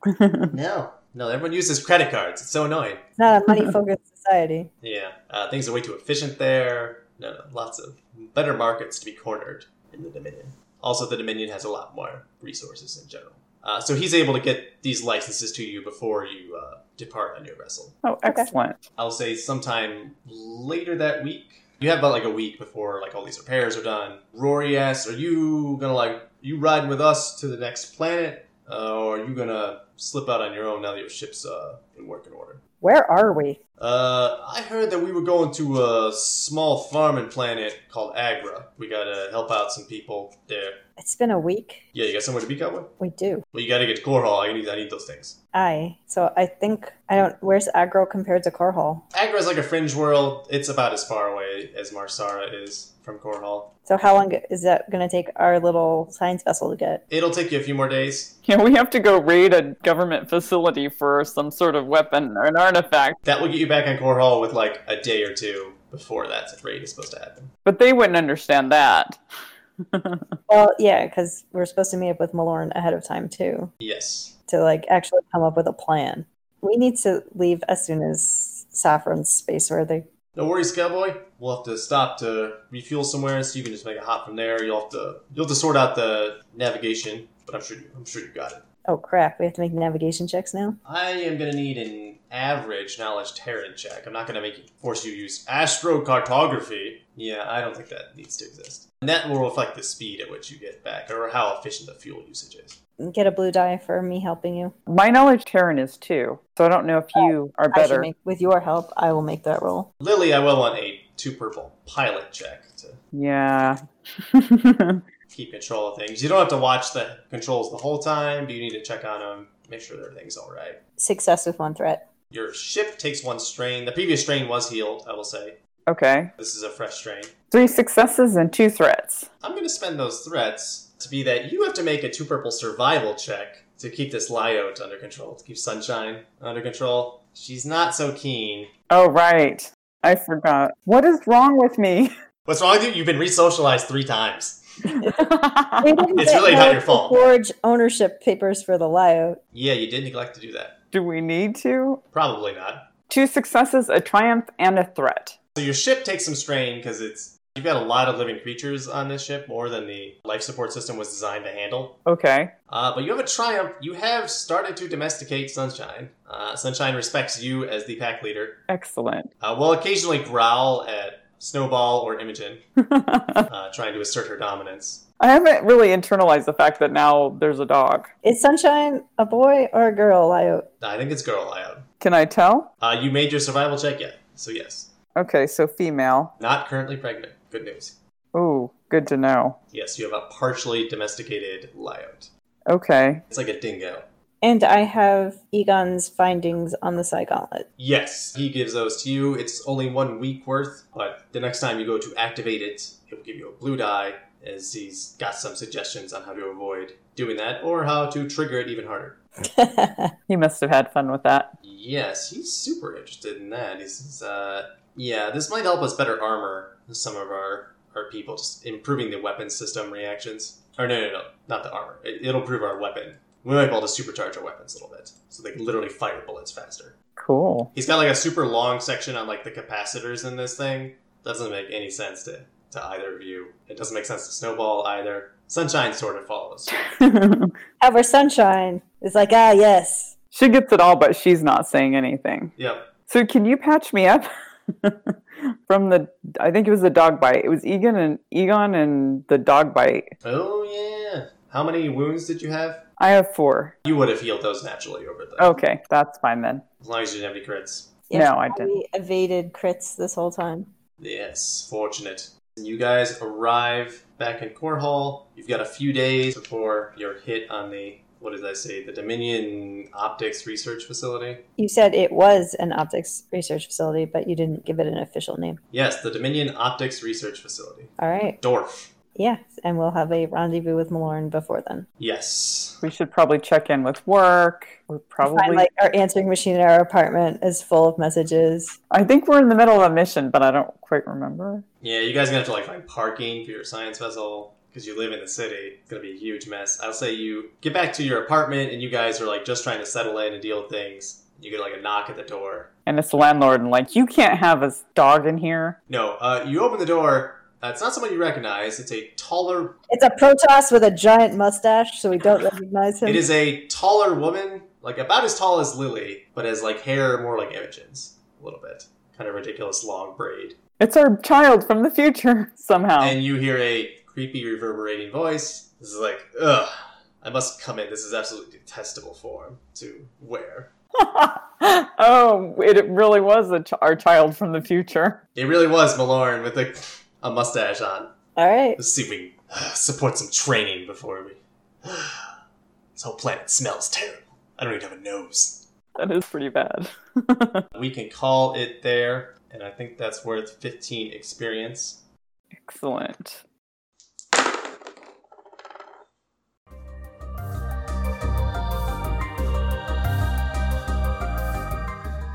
no. No, everyone uses credit cards. It's so annoying.
It's not a money focused society.
Yeah, uh, things are way too efficient there. No, no, lots of better markets to be cornered in the Dominion. Also, the Dominion has a lot more resources in general. Uh, so he's able to get these licenses to you before you uh, depart on your vessel.
oh, excellent.
I'll say sometime later that week. You have about like a week before like all these repairs are done. Rory asks, "Are you gonna like you riding with us to the next planet, uh, or are you gonna slip out on your own now that your ship's uh, in working order?"
Where are we?
Uh, I heard that we were going to a small farming planet called Agra. We gotta help out some people there.
It's been a week.
Yeah, you got somewhere to be, Cowboy?
We do.
Well, you gotta get to Core Hall. I need, I need those things.
Aye. So I think I don't. Where's aggro compared to Core Hall?
Agra's like a fringe world. It's about as far away as Marsara is from Core Hall.
So how long is that going to take our little science vessel to get?
It'll take you a few more days.
Yeah, we have to go raid a government facility for some sort of weapon or an artifact,
That will get you back on Core Hall with like a day or two before that raid is supposed to happen.
but they wouldn't understand that.
Well, yeah, because we're supposed to meet up with Malorn ahead of time too
Yes.
to like actually come up with a plan. We need to leave as soon as Saffron's space worthy.
No worries, cowboy. We'll have to stop to refuel somewhere, so you can just make a hop from there. You'll have to you'll have to sort out the navigation, but I'm sure you, I'm sure you got it.
Oh crap! We have to make navigation checks now.
I am gonna need an average knowledge Terran check. I'm not gonna make you force you to use astrocartography. Yeah, I don't think that needs to exist. And that will reflect the speed at which you get back, or how efficient the fuel usage is.
Get a blue die for me helping you.
My knowledge Terran is too, so I don't know if you are
Oh, I should
better.
make with your help. I will make that roll.
Lily, I will want a two purple pilot check to
yeah.
keep control of things. You don't have to watch the controls the whole time, but you need to check on them, make sure everything's all right.
Success with one threat.
Your ship takes one strain. The previous strain was healed, I will say.
okay.
This is a fresh strain.
Three successes and two threats.
I'm going to spend those threats to be that you have to make a two purple survival check to keep this Lyote under control, to keep Sunshine under control. She's not so keen.
Oh, right. I forgot. What is wrong with me?
What's wrong with you? You've been re socialized three times.
We didn't
It's
get
really not
Malik
your
to
fault.
Forge ownership papers for the Lyo.
Yeah, you did neglect to do that.
Do we need to?
Probably not.
Two successes, a triumph, and a threat.
So your ship takes some strain because it's. You've got a lot of living creatures on this ship, more than the life support system was designed to handle.
Okay.
Uh, but you have a triumph. You have started to domesticate Sunshine. Uh, Sunshine respects you as the pack leader.
Excellent.
Uh, will occasionally growl at Snowball or Imogen, uh, trying to assert her dominance.
I haven't really internalized the fact that now there's a dog.
Is Sunshine a boy or a girl, Lyo?
I think it's girl loud.
Can I tell?
Uh, you made your survival check yet, so yes.
Okay, so female.
Not currently pregnant. Good news.
Ooh, good to know.
Yes, you have a partially domesticated Lyot.
Okay.
It's like a dingo.
And I have Egon's findings on the Psi Gauntlet.
Yes, he gives those to you. It's only one week worth, but the next time you go to activate it, he'll give you a blue die, as he's got some suggestions on how to avoid doing that or how to trigger it even harder.
He must have had fun with that.
Yes, he's super interested in that. He says, uh, yeah, this might help us better armor some of our, our people, just improving the weapon system reactions. Or, no, no, no, not the armor. It, it'll improve our weapon. We might be able to supercharge our weapons a little bit, so they can literally fire bullets faster.
Cool.
He's got like a super long section on like the capacitors in this thing. Doesn't make any sense to, to either of you. It doesn't make sense to Snowball either. Sunshine sort of follows.
However, Sunshine is like, ah, yes.
She gets it all, but she's not saying anything.
Yep.
So can you patch me up from the? I think it was the dog bite. It was Egan and Egon and the dog bite.
Oh yeah. How many wounds did you have?
I have four.
You would have healed those naturally over the
Okay, that's fine then.
as long as you didn't have any crits.
No, I didn't.
We evaded crits this whole time.
Yes, fortunate. You guys arrive back in Cornhall. You've got a few days before you're hit on the what did I say? The Dominion Optics Research Facility.
You said it was an optics research facility, but you didn't give it an official name.
Yes, the Dominion Optics Research Facility.
All right.
Dorf.
Yeah, and we'll have a rendezvous with Malorn before then.
Yes.
We should probably check in with work. We're probably.
Find, like our answering machine in our apartment is full of messages.
I think we're in the middle of a mission, but I don't quite remember.
Yeah, you guys are gonna have to like find parking for your science vessel because you live in the city. It's gonna be a huge mess. I'll say you get back to your apartment and you guys are like just trying to settle in and deal with things. You get like a knock at the door.
And it's the landlord, and like, you can't have a dog in here.
No, uh, you open the door. Uh, it's not someone you recognize. It's a taller
It's a Protoss with a giant mustache, so we don't recognize him.
It is a taller woman, like about as tall as Lily, but has like hair more like Imogen's a little bit. Kind of ridiculous long braid.
It's our child from the future somehow.
And you hear a creepy reverberating voice. This is like, ugh, I must come in. This is absolutely detestable form to wear.
oh, it, it really was a ch- our child from the future.
It really was Malorn with a, a mustache on.
All right.
Let's see if we can uh, support some training before we. this whole planet smells terrible. I don't even have a nose.
That is pretty bad.
We can call it there, and I think that's worth 15 experience.
Excellent.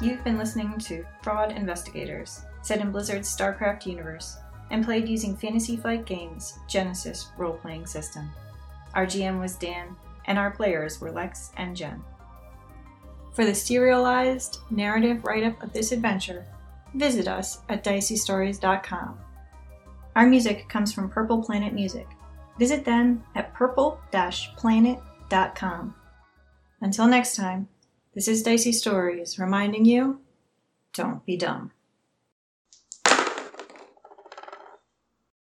You've been listening to Fraud Investigators, set in Blizzard's StarCraft universe, and played using Fantasy Flight Games' Genesis role playing system. Our GM was Dan, and our players were Lex and Jen. For the serialized narrative write up of this adventure, visit us at diceystories.com. Our music comes from Purple Planet Music. Visit them at purple planet.com. Until next time, this is Dicey Stories reminding you don't be dumb.